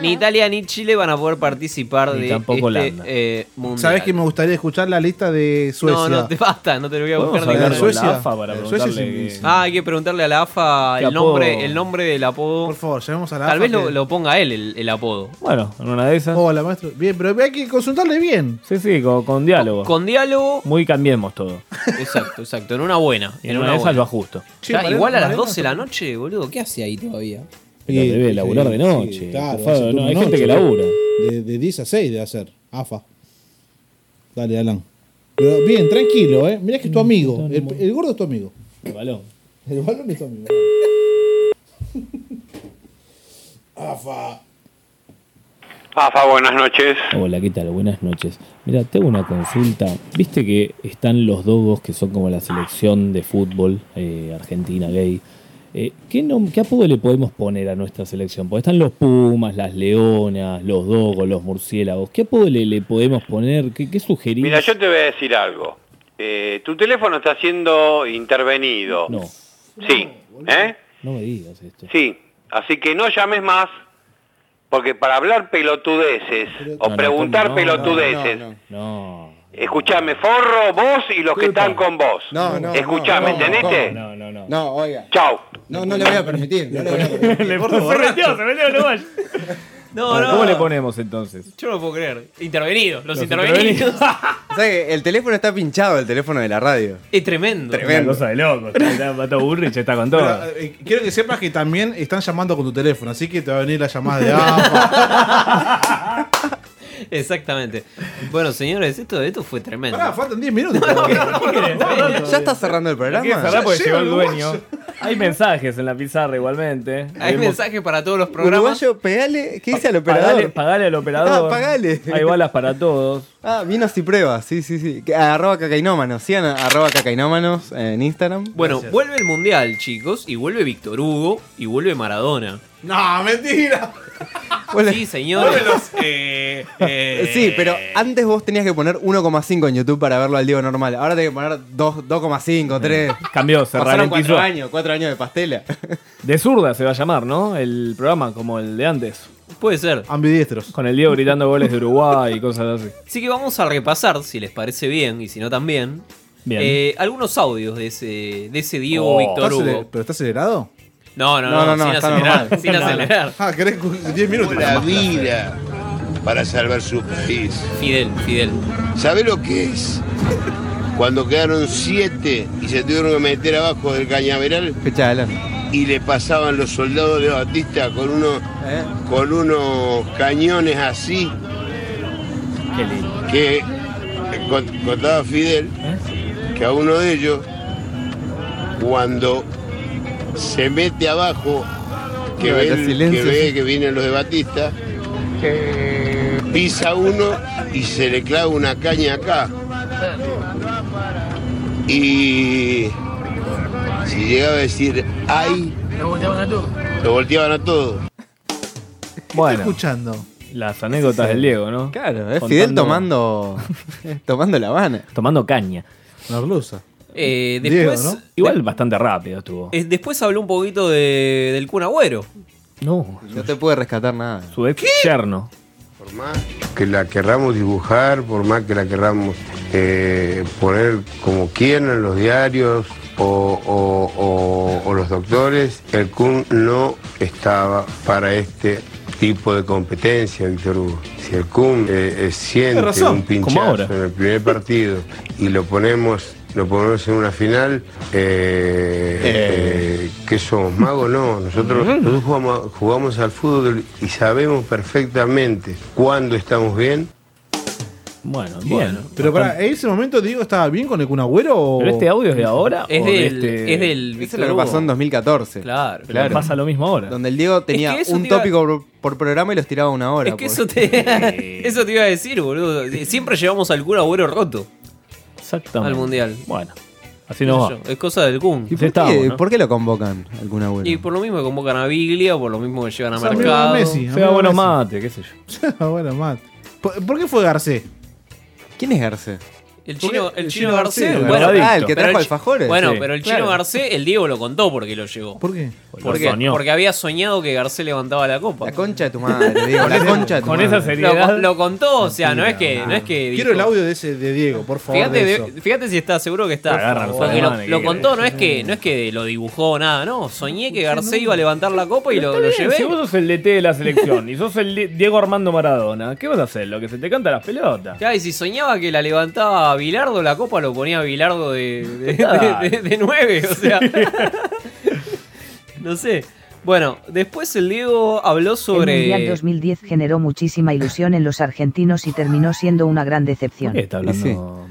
Speaker 10: Ni Italia ni Chile van a poder participar
Speaker 11: Ni
Speaker 10: de
Speaker 11: tampoco
Speaker 10: este
Speaker 11: Holanda.
Speaker 10: eh, mundial.
Speaker 11: ¿Sabes que me gustaría escuchar la lista de Suecia?
Speaker 10: No, no, te basta, no te lo voy a
Speaker 11: ¿Podemos
Speaker 10: buscar
Speaker 11: hablar
Speaker 10: ningún-
Speaker 11: con Suecia? la AFA para Eh, Suecia preguntarle es que-
Speaker 10: Ah, hay que preguntarle a la AFA
Speaker 11: ¿Qué
Speaker 10: el nombre,
Speaker 11: apodo?
Speaker 10: el nombre del apodo. Por
Speaker 11: favor, llamemos a la
Speaker 10: Tal
Speaker 11: AFA
Speaker 10: vez lo,
Speaker 11: que-
Speaker 10: lo ponga él el, el apodo.
Speaker 12: Bueno, en una de esas.
Speaker 11: Hola, maestro. Bien, pero hay que consultarle bien.
Speaker 12: Sí, sí, con, con diálogo.
Speaker 10: Con diálogo.
Speaker 12: Muy cambiemos todo.
Speaker 10: Exacto, exacto. En una buena.
Speaker 11: (laughs)
Speaker 12: Y
Speaker 10: en
Speaker 12: una
Speaker 10: una
Speaker 12: de esas
Speaker 10: buena.
Speaker 12: lo ajusto.
Speaker 11: Che,
Speaker 10: Ya,
Speaker 11: Mariano,
Speaker 10: igual a las
Speaker 11: Mariano
Speaker 10: 12 de la noche, boludo. ¿Qué hace ahí todavía?
Speaker 12: Pero
Speaker 11: Sí,
Speaker 12: debe
Speaker 11: sí,
Speaker 12: laburar de
Speaker 11: sí,
Speaker 12: noche.
Speaker 11: claro,
Speaker 12: Fabio,
Speaker 11: hace
Speaker 12: no,
Speaker 11: turno
Speaker 12: hay gente
Speaker 11: noche.
Speaker 12: que labura.
Speaker 11: De, de 10 a 6 de hacer, AFA. Dale, Alan. Pero bien, tranquilo, ¿eh? Mirá que es tu amigo. El, el gordo es tu amigo.
Speaker 12: El balón.
Speaker 11: El balón es tu amigo. AFA.
Speaker 7: AFA, buenas noches.
Speaker 12: Hola, ¿qué tal? Buenas noches. Mira, tengo una consulta. Viste que están los dogos que son como la selección de fútbol eh, argentina gay. Eh, ¿qué, nom- ¿Qué apodo le podemos poner a nuestra selección? Porque están los pumas, las leonas, los dogos, los murciélagos. ¿Qué apodo le, le podemos poner? ¿Qué, qué sugerís?
Speaker 7: Mira, yo te voy a decir algo. Eh, tu teléfono está siendo intervenido.
Speaker 12: No. Este.
Speaker 7: Sí. ¿Eh?
Speaker 12: No me digas esto.
Speaker 7: Sí. Así que no llames más, porque para hablar pelotudeces o
Speaker 12: No, no,
Speaker 7: preguntar
Speaker 12: ¿cómo? No,
Speaker 7: pelotudeces,
Speaker 12: No.
Speaker 7: escuchame, forro, vos y los que están con vos.
Speaker 1: No, no,
Speaker 7: Escuchame,
Speaker 1: no, no,
Speaker 7: ¿entendiste?
Speaker 1: ¿cómo?
Speaker 12: no, no.
Speaker 1: No, oiga.
Speaker 7: Chau.
Speaker 1: No, no le voy a permitir. No le
Speaker 12: (laughs)
Speaker 1: voy a permitir.
Speaker 10: No, no.
Speaker 12: ¿Cómo le ponemos entonces?
Speaker 10: Yo no puedo creer. Intervenidos, los,
Speaker 1: Los
Speaker 10: intervenidos.
Speaker 1: O sea que el teléfono está pinchado, el teléfono de la radio.
Speaker 10: (laughs) es tremendo.
Speaker 1: Tremendo.
Speaker 12: Cosa de loco. Está Pato Burrich, está con todo.
Speaker 11: Pero, eh, quiero que sepas que también están llamando con tu teléfono, así que te va a venir la llamada de (laughs) AFA.
Speaker 10: Exactamente. Bueno, señores, esto, esto fue tremendo.
Speaker 11: Pará, Ah, faltan 10 minutos. (laughs)
Speaker 1: ¿Ya está cerrando el programa?
Speaker 12: Hay que cerrar porque
Speaker 1: Ya
Speaker 12: llegó el
Speaker 1: llega el
Speaker 12: dueño. Hay mensajes en la pizarra igualmente.
Speaker 10: Hay
Speaker 12: Vemos-
Speaker 10: mensajes para todos los programas.
Speaker 1: Uruguayo, pegale. ¿Qué dice al
Speaker 12: Pagale,
Speaker 1: operador?
Speaker 12: pagale al operador.
Speaker 1: Ah, pagale.
Speaker 12: Hay
Speaker 1: (laughs)
Speaker 12: balas para todos.
Speaker 1: Ah, vinos y pruebas. Sí, sí, sí. Que- Arroba cacainómanos. Sigan a- arroba cacainómanos Eh, en Instagram.
Speaker 10: Bueno, vuelve el Mundial, chicos, y vuelve Víctor Hugo, y vuelve Maradona.
Speaker 11: No, mentira.
Speaker 10: Sí, señores.
Speaker 12: Eh.
Speaker 1: Sí, pero antes vos tenías que poner 1,5 en YouTube para verlo al Diego normal. Ahora tenés que poner 2, 2,5, 3.
Speaker 12: Eh, Cambió, se
Speaker 1: Pasaron
Speaker 12: ralentizó.
Speaker 1: 4 años, 4 años de pastela.
Speaker 12: De zurda se va a llamar, ¿no? El programa como el de antes.
Speaker 10: Puede ser.
Speaker 11: Ambidiestros.
Speaker 12: Con el Diego gritando goles de Uruguay y cosas
Speaker 10: (laughs)
Speaker 12: así.
Speaker 10: Así que vamos a repasar, si les parece bien, y si no también,
Speaker 12: Bien.
Speaker 10: eh, algunos audios de ese, de ese Diego
Speaker 12: Oh.
Speaker 10: Víctor
Speaker 11: ¿Está
Speaker 10: Hugo.
Speaker 11: aceler- ¿Pero está acelerado?
Speaker 10: No, no, no, sin acelerar, sin acelerar.
Speaker 11: Ah, querés cu- 10 minutos.
Speaker 6: La vida para salvar su país.
Speaker 10: Fidel, Fidel.
Speaker 6: ¿Sabe lo que es? Cuando quedaron siete y se tuvieron que meter abajo del cañaveral y le pasaban los soldados de Batista con unos,
Speaker 10: Eh.
Speaker 6: con unos cañones así. Que cont- contaba Fidel
Speaker 12: ¿Eh?
Speaker 6: que a uno de ellos, cuando se mete abajo, que,
Speaker 1: No,
Speaker 6: ve,
Speaker 1: era
Speaker 6: el-
Speaker 1: silencio,
Speaker 6: que ve
Speaker 1: sí.
Speaker 6: que vienen los de Batista, pisa uno y se le clava una caña acá. Y si llegaba a decir ay, lo volteaban a todos.
Speaker 12: Bueno,
Speaker 11: escuchando?
Speaker 12: las anécdotas del Diego, ¿no?
Speaker 1: Claro, es Fidel
Speaker 12: (laughs)
Speaker 1: tomando. tomando la Habana.
Speaker 12: Tomando caña.
Speaker 11: Merluza.
Speaker 10: Eh, después,
Speaker 12: Igual bastante rápido estuvo.
Speaker 10: eh, después habló un poquito de- del Kun Agüero.
Speaker 12: No.
Speaker 1: No te puede rescatar nada.
Speaker 12: Su ex yerno.
Speaker 6: Por más que la querramos dibujar, por más que la querramos eh, poner como quieran en los diarios o, o- o- o los doctores, el Kun no estaba para este tipo de competencia, Víctor Hugo. Si el Kun eh, eh, siente
Speaker 12: Tiene razón,
Speaker 6: un
Speaker 12: como ahora.
Speaker 6: pinchazo en el primer partido y lo ponemos lo ponemos en una final, eh, eh, ¿qué somos? ¿Magos? No, nosotros, nosotros jugamos, jugamos al fútbol y sabemos perfectamente cuándo estamos bien
Speaker 12: Bueno,
Speaker 11: Bueno,
Speaker 12: bien.
Speaker 11: pero para, en ese momento Diego estaba bien con el Kun Agüero o-
Speaker 12: ¿Pero este audio es de ahora?
Speaker 11: Es
Speaker 12: o
Speaker 11: del-
Speaker 12: este-
Speaker 10: es del
Speaker 1: Eso es lo que pasó en 2014.
Speaker 10: Claro,
Speaker 12: Pero pasa lo mismo ahora.
Speaker 1: Donde el Diego tenía
Speaker 10: que eso
Speaker 1: un
Speaker 10: te iba-
Speaker 1: tópico por, por programa y los tiraba una hora.
Speaker 10: Es que
Speaker 1: por-
Speaker 10: eso te, (laughs) eso te iba a decir, boludo. Eh, Siempre llevamos al Kun Agüero roto
Speaker 12: Exactamente.
Speaker 10: al Mundial.
Speaker 12: Bueno, así nos
Speaker 10: Qué sé
Speaker 12: va.
Speaker 10: yo, Es cosa del Kun.
Speaker 1: ¿Y por, qué, por qué lo convocan algún abuelo?
Speaker 10: Y por lo mismo que convocan a Biglia, por lo mismo que llevan a
Speaker 11: Son amigos de
Speaker 10: Mercado.
Speaker 11: Messi, amigos de Messi.
Speaker 12: qué sé yo.
Speaker 11: (laughs) bueno, Matt. ¿Por, por qué fue Garcé?
Speaker 1: ¿Quién es Garcé?
Speaker 10: El chino,
Speaker 11: Porque
Speaker 10: el
Speaker 11: el
Speaker 10: chino
Speaker 11: chino
Speaker 10: Garcés.
Speaker 11: Garcés,
Speaker 10: bueno,
Speaker 11: drogadicto. Ah, el que
Speaker 10: pero
Speaker 11: trajo
Speaker 10: chi-
Speaker 11: alfajores.
Speaker 10: Bueno,
Speaker 11: Sí,
Speaker 10: pero el
Speaker 11: claro.
Speaker 10: chino Garcés, el Diego lo contó porque lo llevó.
Speaker 11: ¿Por qué?
Speaker 10: Porque,
Speaker 11: Lo soñó.
Speaker 10: porque había soñado que Garcés levantaba la copa. La
Speaker 1: concha de tu madre, Diego, la concha de tu Con esa madre. seriedad.
Speaker 10: Lo, lo contó, o sea, no es que. No es que
Speaker 11: Eh, Quiero el
Speaker 10: dijo-
Speaker 11: audio de ese de Diego, por favor.
Speaker 10: Fíjate,
Speaker 11: de
Speaker 10: de-
Speaker 11: eso.
Speaker 10: fíjate si está seguro que está.
Speaker 11: Por favor.
Speaker 10: Porque lo,
Speaker 11: Alemán,
Speaker 10: lo
Speaker 11: ¿qué
Speaker 10: contó, no es que no es que lo dibujó nada, no. Soñé que Garcés iba a levantar la copa y
Speaker 12: Pero
Speaker 10: lo,
Speaker 12: está
Speaker 10: lo
Speaker 12: bien,
Speaker 10: llevé.
Speaker 12: Si vos sos el DT de la selección y sos el Di- Diego Armando Maradona, ¿qué vas a hacer? Lo que se te canta las pelotas.
Speaker 10: Ya, y si soñaba que la levantaba a Bilardo, la copa lo ponía a Bilardo de, de, de- de- de nueve, o sea. (laughs) no sé. Bueno, después el Diego habló
Speaker 16: El
Speaker 10: sobre.
Speaker 16: Mundial 2010 generó muchísima ilusión en los argentinos y terminó siendo una gran decepción.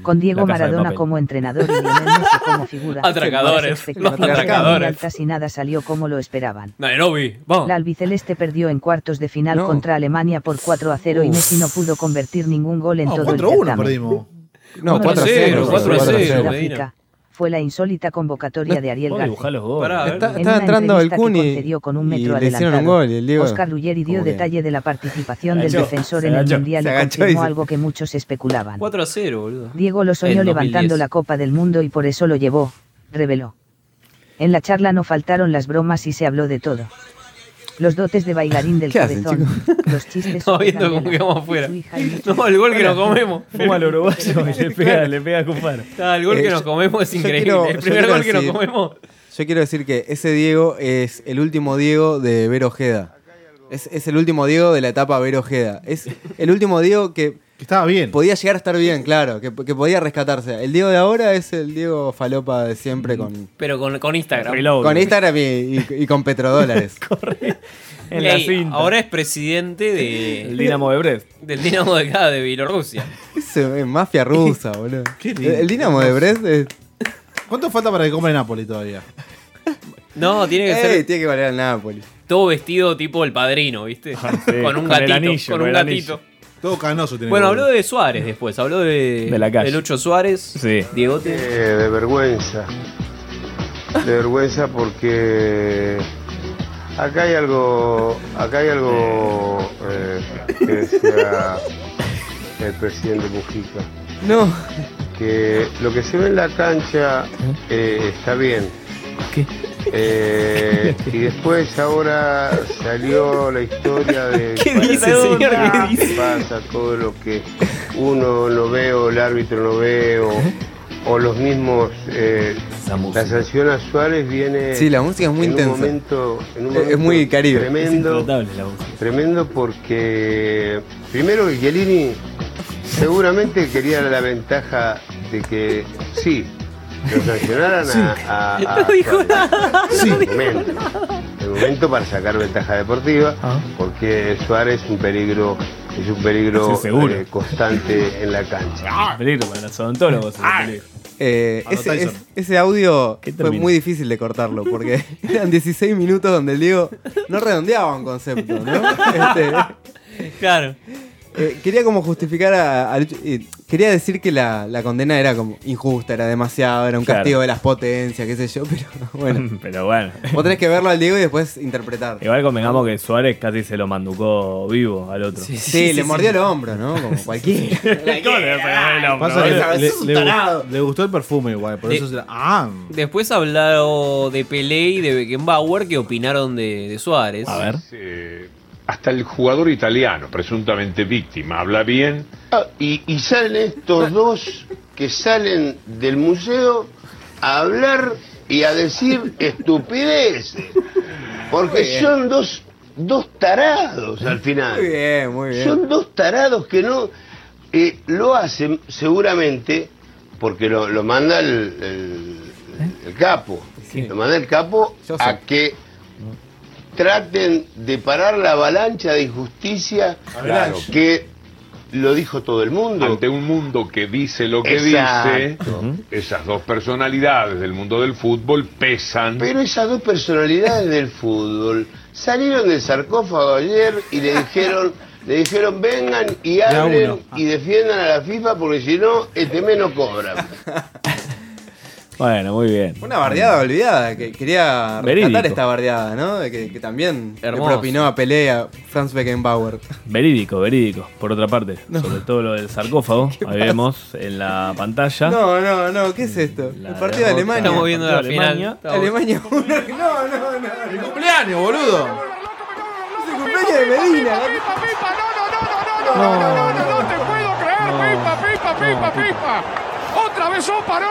Speaker 16: Con Diego
Speaker 10: La Casa de
Speaker 16: Maradona
Speaker 10: Papel?
Speaker 16: como entrenador y Lionel Messi
Speaker 10: (laughs)
Speaker 16: como figura.
Speaker 10: Atracadores,
Speaker 16: Las expectativas
Speaker 10: los atracadores.
Speaker 16: eran muy altas y nada salió como lo esperaban.
Speaker 10: Nairobi, vamos.
Speaker 16: La albiceleste perdió en cuartos de final
Speaker 10: No.
Speaker 16: contra Alemania por 4 a 0 y
Speaker 10: Uf.
Speaker 16: Messi no pudo convertir ningún gol en
Speaker 11: No,
Speaker 16: todo el
Speaker 11: 4-1
Speaker 16: certamen.
Speaker 11: perdimos.
Speaker 16: Uno
Speaker 11: No,
Speaker 16: de
Speaker 11: 4 a 0.
Speaker 16: los
Speaker 11: 4 a
Speaker 16: goles de
Speaker 11: 0,
Speaker 16: Sudáfrica
Speaker 11: Medina.
Speaker 16: Fue la insólita convocatoria de Ariel
Speaker 12: vos
Speaker 16: García.
Speaker 12: dibujá los goles. Pará, a ver.
Speaker 16: En
Speaker 12: Está-
Speaker 16: una
Speaker 12: estaba entrando
Speaker 16: entrevista
Speaker 12: el Kun
Speaker 16: que
Speaker 12: y-
Speaker 16: concedió con un
Speaker 12: y
Speaker 16: metro
Speaker 12: le hicieron
Speaker 16: adelantado,
Speaker 12: un gol, y el Diego-
Speaker 16: Oscar Ruggeri dio
Speaker 12: ¿Cómo que?
Speaker 16: detalle de la participación
Speaker 10: Se
Speaker 16: del
Speaker 10: agachó,
Speaker 16: defensor
Speaker 10: se
Speaker 16: en el
Speaker 10: agachó,
Speaker 16: Mundial
Speaker 10: se
Speaker 16: y
Speaker 10: agachó y
Speaker 16: confirmó
Speaker 10: se-
Speaker 16: algo que muchos especulaban.
Speaker 10: 4 a 0, boludo.
Speaker 16: Diego lo soñó
Speaker 10: En 2010.
Speaker 16: levantando la Copa del Mundo y por eso lo llevó, reveló. En la charla no faltaron las bromas y se habló de todo. Los dotes de
Speaker 12: (laughs)
Speaker 16: bailarín del
Speaker 10: ¿Qué hacen,
Speaker 16: cabezón, los
Speaker 10: (laughs)
Speaker 16: chistes
Speaker 10: Estamos
Speaker 16: sobre
Speaker 10: viendo cómo
Speaker 16: Candela,
Speaker 10: quedamos afuera.
Speaker 16: su hija y muchos-
Speaker 10: No, el gol que nos comemos.
Speaker 12: Fuma
Speaker 16: (laughs)
Speaker 12: al uruguayo y le
Speaker 10: (laughs)
Speaker 12: pega, le pega a Cufaro.
Speaker 10: Ah, el gol
Speaker 1: Eh,
Speaker 10: que
Speaker 1: yo-
Speaker 10: nos comemos es
Speaker 1: yo
Speaker 10: increíble.
Speaker 1: quiero-
Speaker 10: el
Speaker 1: yo
Speaker 10: primer
Speaker 1: quiero
Speaker 10: gol que nos
Speaker 1: decir-
Speaker 10: comemos.
Speaker 1: Yo quiero decir que ese Diego es el último Diego de Vero Ojeda. Es, es el último Diego de la etapa Vero Ojeda. Es el último Diego que.
Speaker 11: estaba bien.
Speaker 1: Podía llegar a estar bien, claro. Que, que podía rescatarse. El Diego de ahora es el Diego falopa de siempre con.
Speaker 10: Pero con, con Instagram.
Speaker 1: Con Instagram y, y- y con petrodólares.
Speaker 10: Ey,
Speaker 12: En la cinta.
Speaker 10: Ahora es presidente de,
Speaker 12: El Dinamo de Brest.
Speaker 10: del Dinamo de acá, de Bielorrusia.
Speaker 1: Eso es mafia rusa, boludo.
Speaker 11: Qué lindo.
Speaker 1: el Dinamo de Brest es.
Speaker 11: ¿Cuánto falta para que compre Napoli todavía?
Speaker 10: No, tiene que
Speaker 1: Ey,
Speaker 10: ser
Speaker 1: tiene que valer al Napoli.
Speaker 10: todo vestido tipo el padrino, ¿viste? Con un
Speaker 11: Ah, con el
Speaker 10: gatito.
Speaker 11: anillo,
Speaker 10: con
Speaker 11: con
Speaker 10: un
Speaker 11: el
Speaker 10: gatito.
Speaker 11: anillo. Todo canoso tiene
Speaker 10: Bueno,
Speaker 11: que
Speaker 10: habló de Suárez después, habló de,
Speaker 11: De la calle.
Speaker 10: Lucho Suárez,
Speaker 11: (laughs)
Speaker 10: Diegote.
Speaker 6: Eh, de vergüenza. De vergüenza porque acá hay algo, acá hay algo eh, que decía el presidente Mujica.
Speaker 1: No.
Speaker 6: Que lo que se ve en la cancha eh, está bien. Eh, y después ahora salió la historia de
Speaker 10: (laughs) ¿Qué dice, señor? ¿Qué dice?
Speaker 6: pasa todo lo que uno no ve o el árbitro no ve o,
Speaker 10: ¿Eh?
Speaker 6: o los mismos eh, la sanción a Suárez viene
Speaker 1: Sí, la música es muy
Speaker 6: en
Speaker 1: intensa.
Speaker 6: un momento, en un
Speaker 1: Es- es
Speaker 6: momento
Speaker 1: muy caribe.
Speaker 6: tremendo Tremendo porque primero que Chiellini seguramente quería la ventaja de que sí, lo sancionaran a- a,
Speaker 1: Ah,
Speaker 6: a-
Speaker 3: No dijo
Speaker 6: Suárez. Sí, el momento, el momento para sacar ventaja deportiva,
Speaker 12: Ah.
Speaker 6: porque Suárez es un peligro, es un peligro
Speaker 12: Sí, seguro. Ah,
Speaker 6: eh, constante en la cancha.
Speaker 12: Peligro para los odontólogos. es un
Speaker 10: Ah.
Speaker 12: peligro.
Speaker 1: Eh,
Speaker 12: Anotá,
Speaker 1: ese,
Speaker 12: Tyson.
Speaker 1: es- ese audio fue
Speaker 12: termina?
Speaker 1: muy difícil de cortarlo
Speaker 12: (laughs)
Speaker 1: porque eran 16 minutos donde el Diego no redondeaba un concepto, ¿no? Este,
Speaker 10: Claro.
Speaker 1: eh, quería como justificar a, a Lucho- eh, quería decir que la, la condena era como injusta, era demasiado, era un
Speaker 12: Claro.
Speaker 1: castigo de las potencias, qué sé yo, pero (laughs)
Speaker 12: (laughs)
Speaker 1: bueno.
Speaker 12: Pero bueno.
Speaker 1: Vos tenés que verlo al Diego y después interpretar.
Speaker 12: Igual convengamos que Suárez casi se lo manducó vivo al otro.
Speaker 1: Sí, le mordió el hombro, ¿no? Como cualquiera.
Speaker 12: ¿Cómo le vas a
Speaker 10: Ah,
Speaker 12: agarrar el hombro,
Speaker 11: Pasa que
Speaker 12: boludo?
Speaker 11: le,
Speaker 12: Sos un
Speaker 11: le- le
Speaker 12: tarado.
Speaker 11: gustó, le gustó el perfume igual,
Speaker 1: Eh,
Speaker 11: por
Speaker 10: De-
Speaker 11: eso se la- ¡Ah!
Speaker 10: Después habló de Pelé y de Beckenbauer que opinaron de, de Suárez. A ver.
Speaker 14: Hasta el jugador italiano, presuntamente víctima, habla bien.
Speaker 6: Ah, Y, y salen
Speaker 14: (laughs)
Speaker 6: estos dos que salen del museo a hablar y a
Speaker 1: (laughs)
Speaker 6: decir estupideces.
Speaker 1: Muy
Speaker 6: Porque
Speaker 1: bien.
Speaker 6: son dos, dos tarados al final.
Speaker 1: Muy bien, muy bien.
Speaker 6: Son dos tarados que no eh, lo hacen seguramente porque lo, lo manda el, el-
Speaker 1: ¿Eh?
Speaker 6: el capo. Lo manda el capo a que traten de parar la avalancha de injusticia
Speaker 14: Avalancha.
Speaker 6: que lo dijo todo el mundo.
Speaker 14: Ante un mundo que dice lo que
Speaker 6: Exacto.
Speaker 14: dice, esas dos personalidades del mundo del fútbol pesan.
Speaker 6: Pero esas dos personalidades del fútbol salieron del sarcófago ayer y le dijeron, le dijeron vengan y
Speaker 14: La
Speaker 6: hablen
Speaker 14: uno.
Speaker 6: y defiendan a la FIFA porque si no, este menos cobra.
Speaker 12: Bueno, muy bien.
Speaker 1: Una bardeada olvidada, que quería
Speaker 12: Verídico.
Speaker 1: rescatar esta bardeada, ¿no? De Que, que también
Speaker 12: Hermoso.
Speaker 1: le propinó a pelea Franz Beckenbauer.
Speaker 12: Verídico, verídico. Por otra parte, sobre todo lo del
Speaker 11: (laughs)
Speaker 12: sarcófago, ahí vemos en la pantalla.
Speaker 1: No, no, no, ¿qué es esto? el partido de
Speaker 12: derrota.
Speaker 1: Alemania.
Speaker 12: Estamos viendo Mm, la
Speaker 1: Partido de
Speaker 12: final.
Speaker 1: Alemania.
Speaker 12: Estamos-
Speaker 1: Alemania uno. No, no, no. ¡Mi cumpleaños, boludo! ¡Es el cumpleaños de Medina!
Speaker 15: te puedo creer, pipa, pipa, pipa, pipa. Otra vez Óparo.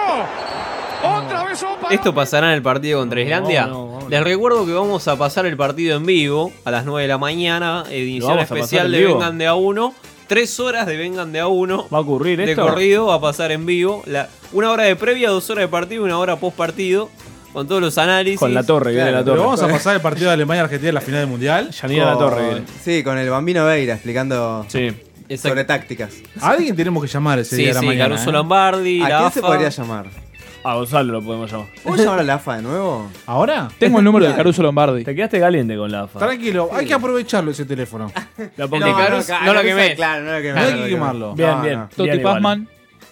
Speaker 15: Otra vez Óparo.
Speaker 10: Esto pasará en el partido contra Islandia. Les recuerdo que vamos a pasar el partido en vivo a las 9 de la mañana, edición
Speaker 15: vamos a pasar
Speaker 10: especial
Speaker 15: en
Speaker 10: de
Speaker 15: vivo?
Speaker 10: Vengan de a 1. Tres horas de Vengan de a 1.
Speaker 15: ¿Va a ocurrir
Speaker 10: De
Speaker 15: esto?
Speaker 10: corrido va a pasar en vivo. La- una hora de previa, dos horas de partido, una hora post partido. Con todos los análisis.
Speaker 11: Claro, pero
Speaker 15: (laughs)
Speaker 11: vamos a pasar el partido de Alemania-Argentina en la final del Mundial.
Speaker 1: Con- Sí, con el bambino Veira explicando sobre tácticas.
Speaker 11: A alguien tenemos que llamar ese
Speaker 1: Sí,
Speaker 11: día de la
Speaker 1: sí,
Speaker 11: mañana.
Speaker 1: Caruso
Speaker 11: ¿eh?
Speaker 1: Lombardi, ¿A la quién se AFA? podría llamar?
Speaker 12: A Gonzalo lo podemos llamar. (laughs)
Speaker 1: ¿Puedo llamar a la AFA de nuevo?
Speaker 11: ¿Ahora?
Speaker 12: Tengo el número de Caruso
Speaker 15: Lombardi.
Speaker 12: Te quedaste caliente con la AFA.
Speaker 11: Ah. Tranquilo, hay que aprovecharlo ese (laughs) teléfono.
Speaker 12: La
Speaker 11: pongo- No,
Speaker 12: Caruso- no
Speaker 11: no,
Speaker 12: lo
Speaker 11: Caruso,
Speaker 12: quemé.
Speaker 11: claro, no lo quemé,
Speaker 12: Claro,
Speaker 11: no
Speaker 12: hay
Speaker 11: lo
Speaker 12: que
Speaker 11: quemé.
Speaker 12: quemarlo.
Speaker 11: No,
Speaker 12: Bien, bien.
Speaker 11: no.
Speaker 15: Toti
Speaker 12: Bien, igual.
Speaker 15: Pazman.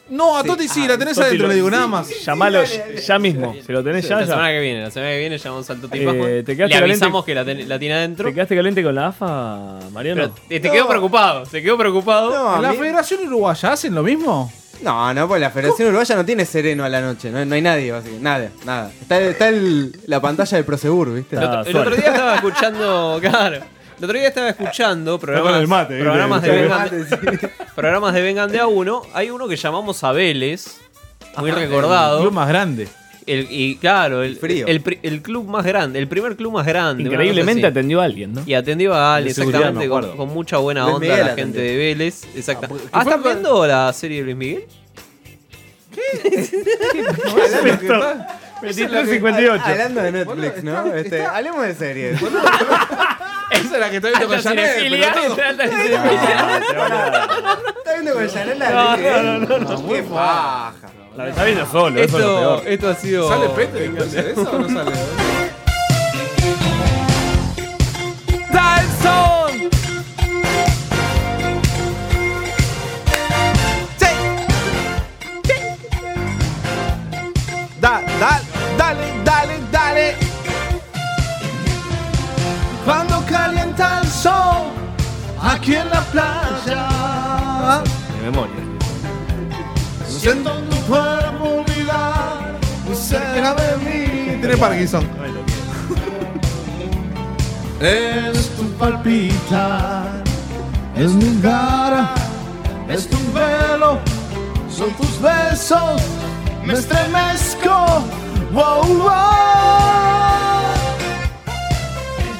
Speaker 11: No, a Toti sí, la tenés
Speaker 12: Ah, Toti
Speaker 11: adentro,
Speaker 12: lo-
Speaker 11: le digo nada
Speaker 12: sí,
Speaker 11: más.
Speaker 12: sí, Llamalo ya mismo. Si lo tenés ya,
Speaker 10: la semana
Speaker 12: ya.
Speaker 10: que viene, la semana que viene llamamos al Toti
Speaker 12: Eh,
Speaker 10: Pazman.
Speaker 12: ¿te quedaste
Speaker 10: Le
Speaker 12: caliente?
Speaker 10: avisamos que la, ten- la tiene adentro.
Speaker 12: ¿Te quedaste caliente con la AFA,
Speaker 10: Pero
Speaker 12: Mariano?
Speaker 10: te, te quedó preocupado, se quedó preocupado.
Speaker 11: ¿En la Federación Uruguaya hacen lo mismo?
Speaker 1: No, no, pues la Federación Uruguaya no tiene sereno a la noche, no, no hay nadie, básicamente, nada, nada. Está, está el- la pantalla del Prosegur, ¿viste?
Speaker 10: El
Speaker 1: (laughs)
Speaker 10: otro día estaba escuchando, (laughs) claro. El otro día estaba escuchando
Speaker 1: con
Speaker 10: programas,
Speaker 1: el mate, ¿viste?
Speaker 10: programas, de
Speaker 1: Con el
Speaker 10: Vengan, programas de (laughs) Vengan de a uno. Hay uno que llamamos a Vélez, muy
Speaker 11: Ah,
Speaker 10: recordado.
Speaker 11: el club más grande.
Speaker 10: El- y claro, el,
Speaker 11: frío.
Speaker 10: el pri- el club más grande, el primer club más grande. una cosa
Speaker 12: Increíblemente
Speaker 10: así.
Speaker 12: atendió a alguien, ¿no?
Speaker 10: Y atendió a alguien,
Speaker 12: De seguridad,
Speaker 10: exactamente,
Speaker 12: me
Speaker 10: con- con,
Speaker 12: acuerdo.
Speaker 10: mucha buena
Speaker 12: Luis
Speaker 10: onda
Speaker 12: Miguel
Speaker 10: la
Speaker 12: atendió.
Speaker 10: gente de Vélez. Exacta. Ah, ¿están viendo la serie de Luis Miguel?
Speaker 1: Eso es lo que-
Speaker 12: 23.58.
Speaker 1: Hablando de Netflix, ¿no? Este, hablemos de series.
Speaker 11: (laughs) Esa es la que está
Speaker 12: Ah,
Speaker 11: viendo con
Speaker 1: Alta
Speaker 11: Janet,
Speaker 1: cinefilia,
Speaker 11: pelotudo.
Speaker 1: alta
Speaker 11: No,
Speaker 1: cinefilia.
Speaker 11: te van a-
Speaker 1: Está viendo con Yanela.
Speaker 11: No,
Speaker 1: Enrique?
Speaker 11: no, no, no, no.
Speaker 1: Qué paja.
Speaker 12: La está viendo solo, eso es lo
Speaker 10: Esto,
Speaker 12: peor.
Speaker 10: esto ha sido.
Speaker 11: ¿Sale Pete
Speaker 10: (laughs)
Speaker 11: después de eso o no sale?
Speaker 15: Tyson. Sí. Da, da, dale, dale, dale. Cuando calienta el sol aquí en la playa,
Speaker 12: De memoria.
Speaker 15: siento tu cuerpo vibrar muy cerca de mí.
Speaker 11: Tiene Parkinson. (laughs)
Speaker 15: Es tu palpitar, es mi cara, es tu velo, son tus besos, me estremezco. Wow, wow.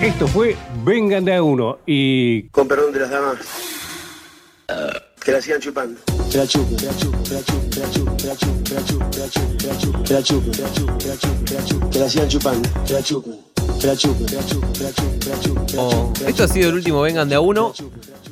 Speaker 26: Esto fue Vengan de a uno y.
Speaker 3: Con perdón de las damas. Que la sigan chupando. Que la chupen, que la chupen, que la chupen, que la chupen, que la chupen, que la chupen, que la chupen, que la chupen, que la chupen, que la chupen, que la chupen, que la chupen, que la sigan chupando, que la chupen, que la chupen, que la chupen, que la chupen, que la chupen, que la
Speaker 10: Oh,
Speaker 3: chupen.
Speaker 10: esto ha sido el último Vengan de a uno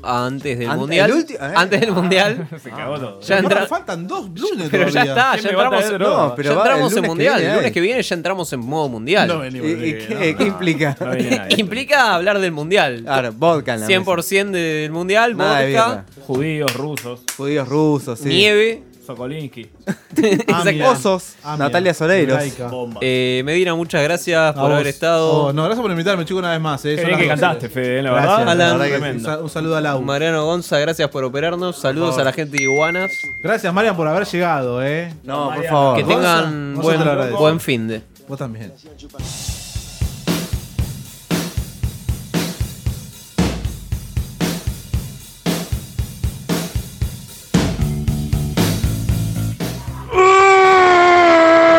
Speaker 10: antes del
Speaker 3: Ante-
Speaker 10: mundial.
Speaker 3: el ulti- eh.
Speaker 10: Antes del (laughs) mundial. Ya
Speaker 11: Bueno,
Speaker 10: entra-
Speaker 11: Ah.
Speaker 10: (laughs)
Speaker 11: faltan dos
Speaker 1: Ah.
Speaker 11: lunes
Speaker 10: Pero ya está, ya entramos,
Speaker 11: No,
Speaker 10: ya entramos
Speaker 1: lunes que
Speaker 10: en mundial. El
Speaker 1: viene
Speaker 10: lunes
Speaker 1: hay.
Speaker 10: que viene ya entramos en modo mundial.
Speaker 1: No venimos ¿Y- bien, y qué- no, qué no. implica? No viene nadie.
Speaker 10: implica hablar del mundial.
Speaker 1: Claro, vodka en la
Speaker 10: 100% del mundial,
Speaker 1: Nada de
Speaker 10: vodka.
Speaker 12: Judíos, rusos.
Speaker 1: Judíos rusos, sí.
Speaker 10: Nieve.
Speaker 12: Sokolinsky.
Speaker 10: (laughs) Exacto.
Speaker 1: Osos. Natalia Soleiros.
Speaker 11: Hebraica. Bomba.
Speaker 10: Eh, Medina, muchas gracias por
Speaker 11: A
Speaker 10: haber
Speaker 11: vos.
Speaker 10: estado.
Speaker 11: Oh, no, gracias por invitarme, chico, una vez más. Eh.
Speaker 10: Qué
Speaker 11: Son
Speaker 10: bien
Speaker 11: las
Speaker 10: que
Speaker 11: doce.
Speaker 10: cantaste, Fede, la
Speaker 11: Gracias,
Speaker 10: verdad.
Speaker 11: la
Speaker 10: Alan,
Speaker 11: verdad que
Speaker 10: tremendo.
Speaker 11: un sa- Un saludo a Lau.
Speaker 10: Mariano Gonza, gracias por operarnos. Saludos
Speaker 11: favor.
Speaker 10: a la gente de Iguanas.
Speaker 11: Gracias, Marian, por haber llegado, eh.
Speaker 1: No,
Speaker 10: por favor. Que tengan buen- buen fin de.
Speaker 11: Vos también.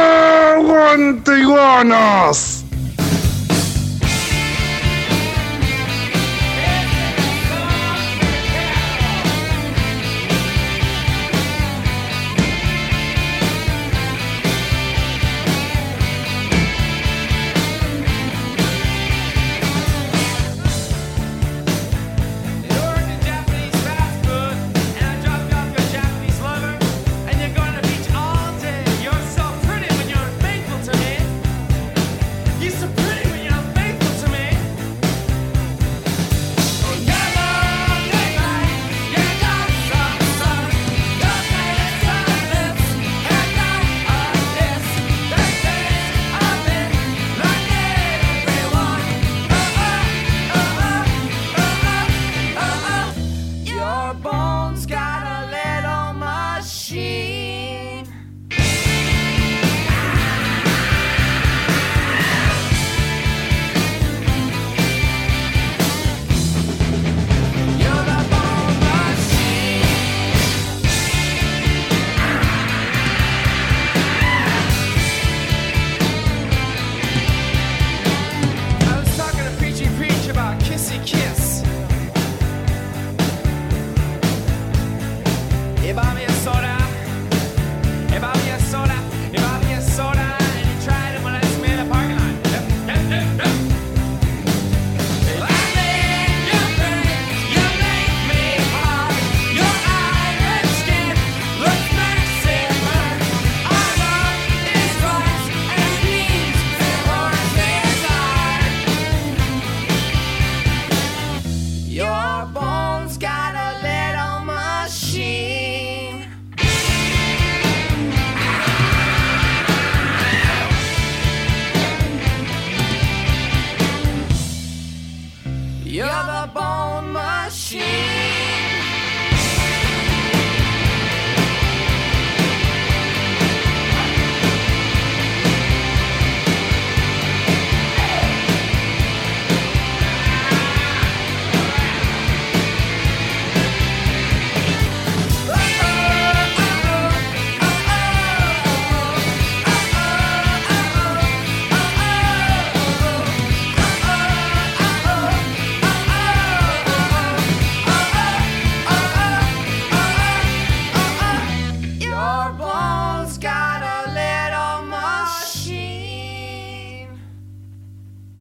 Speaker 27: ¡Aguante iguanas!
Speaker 15: And Bye.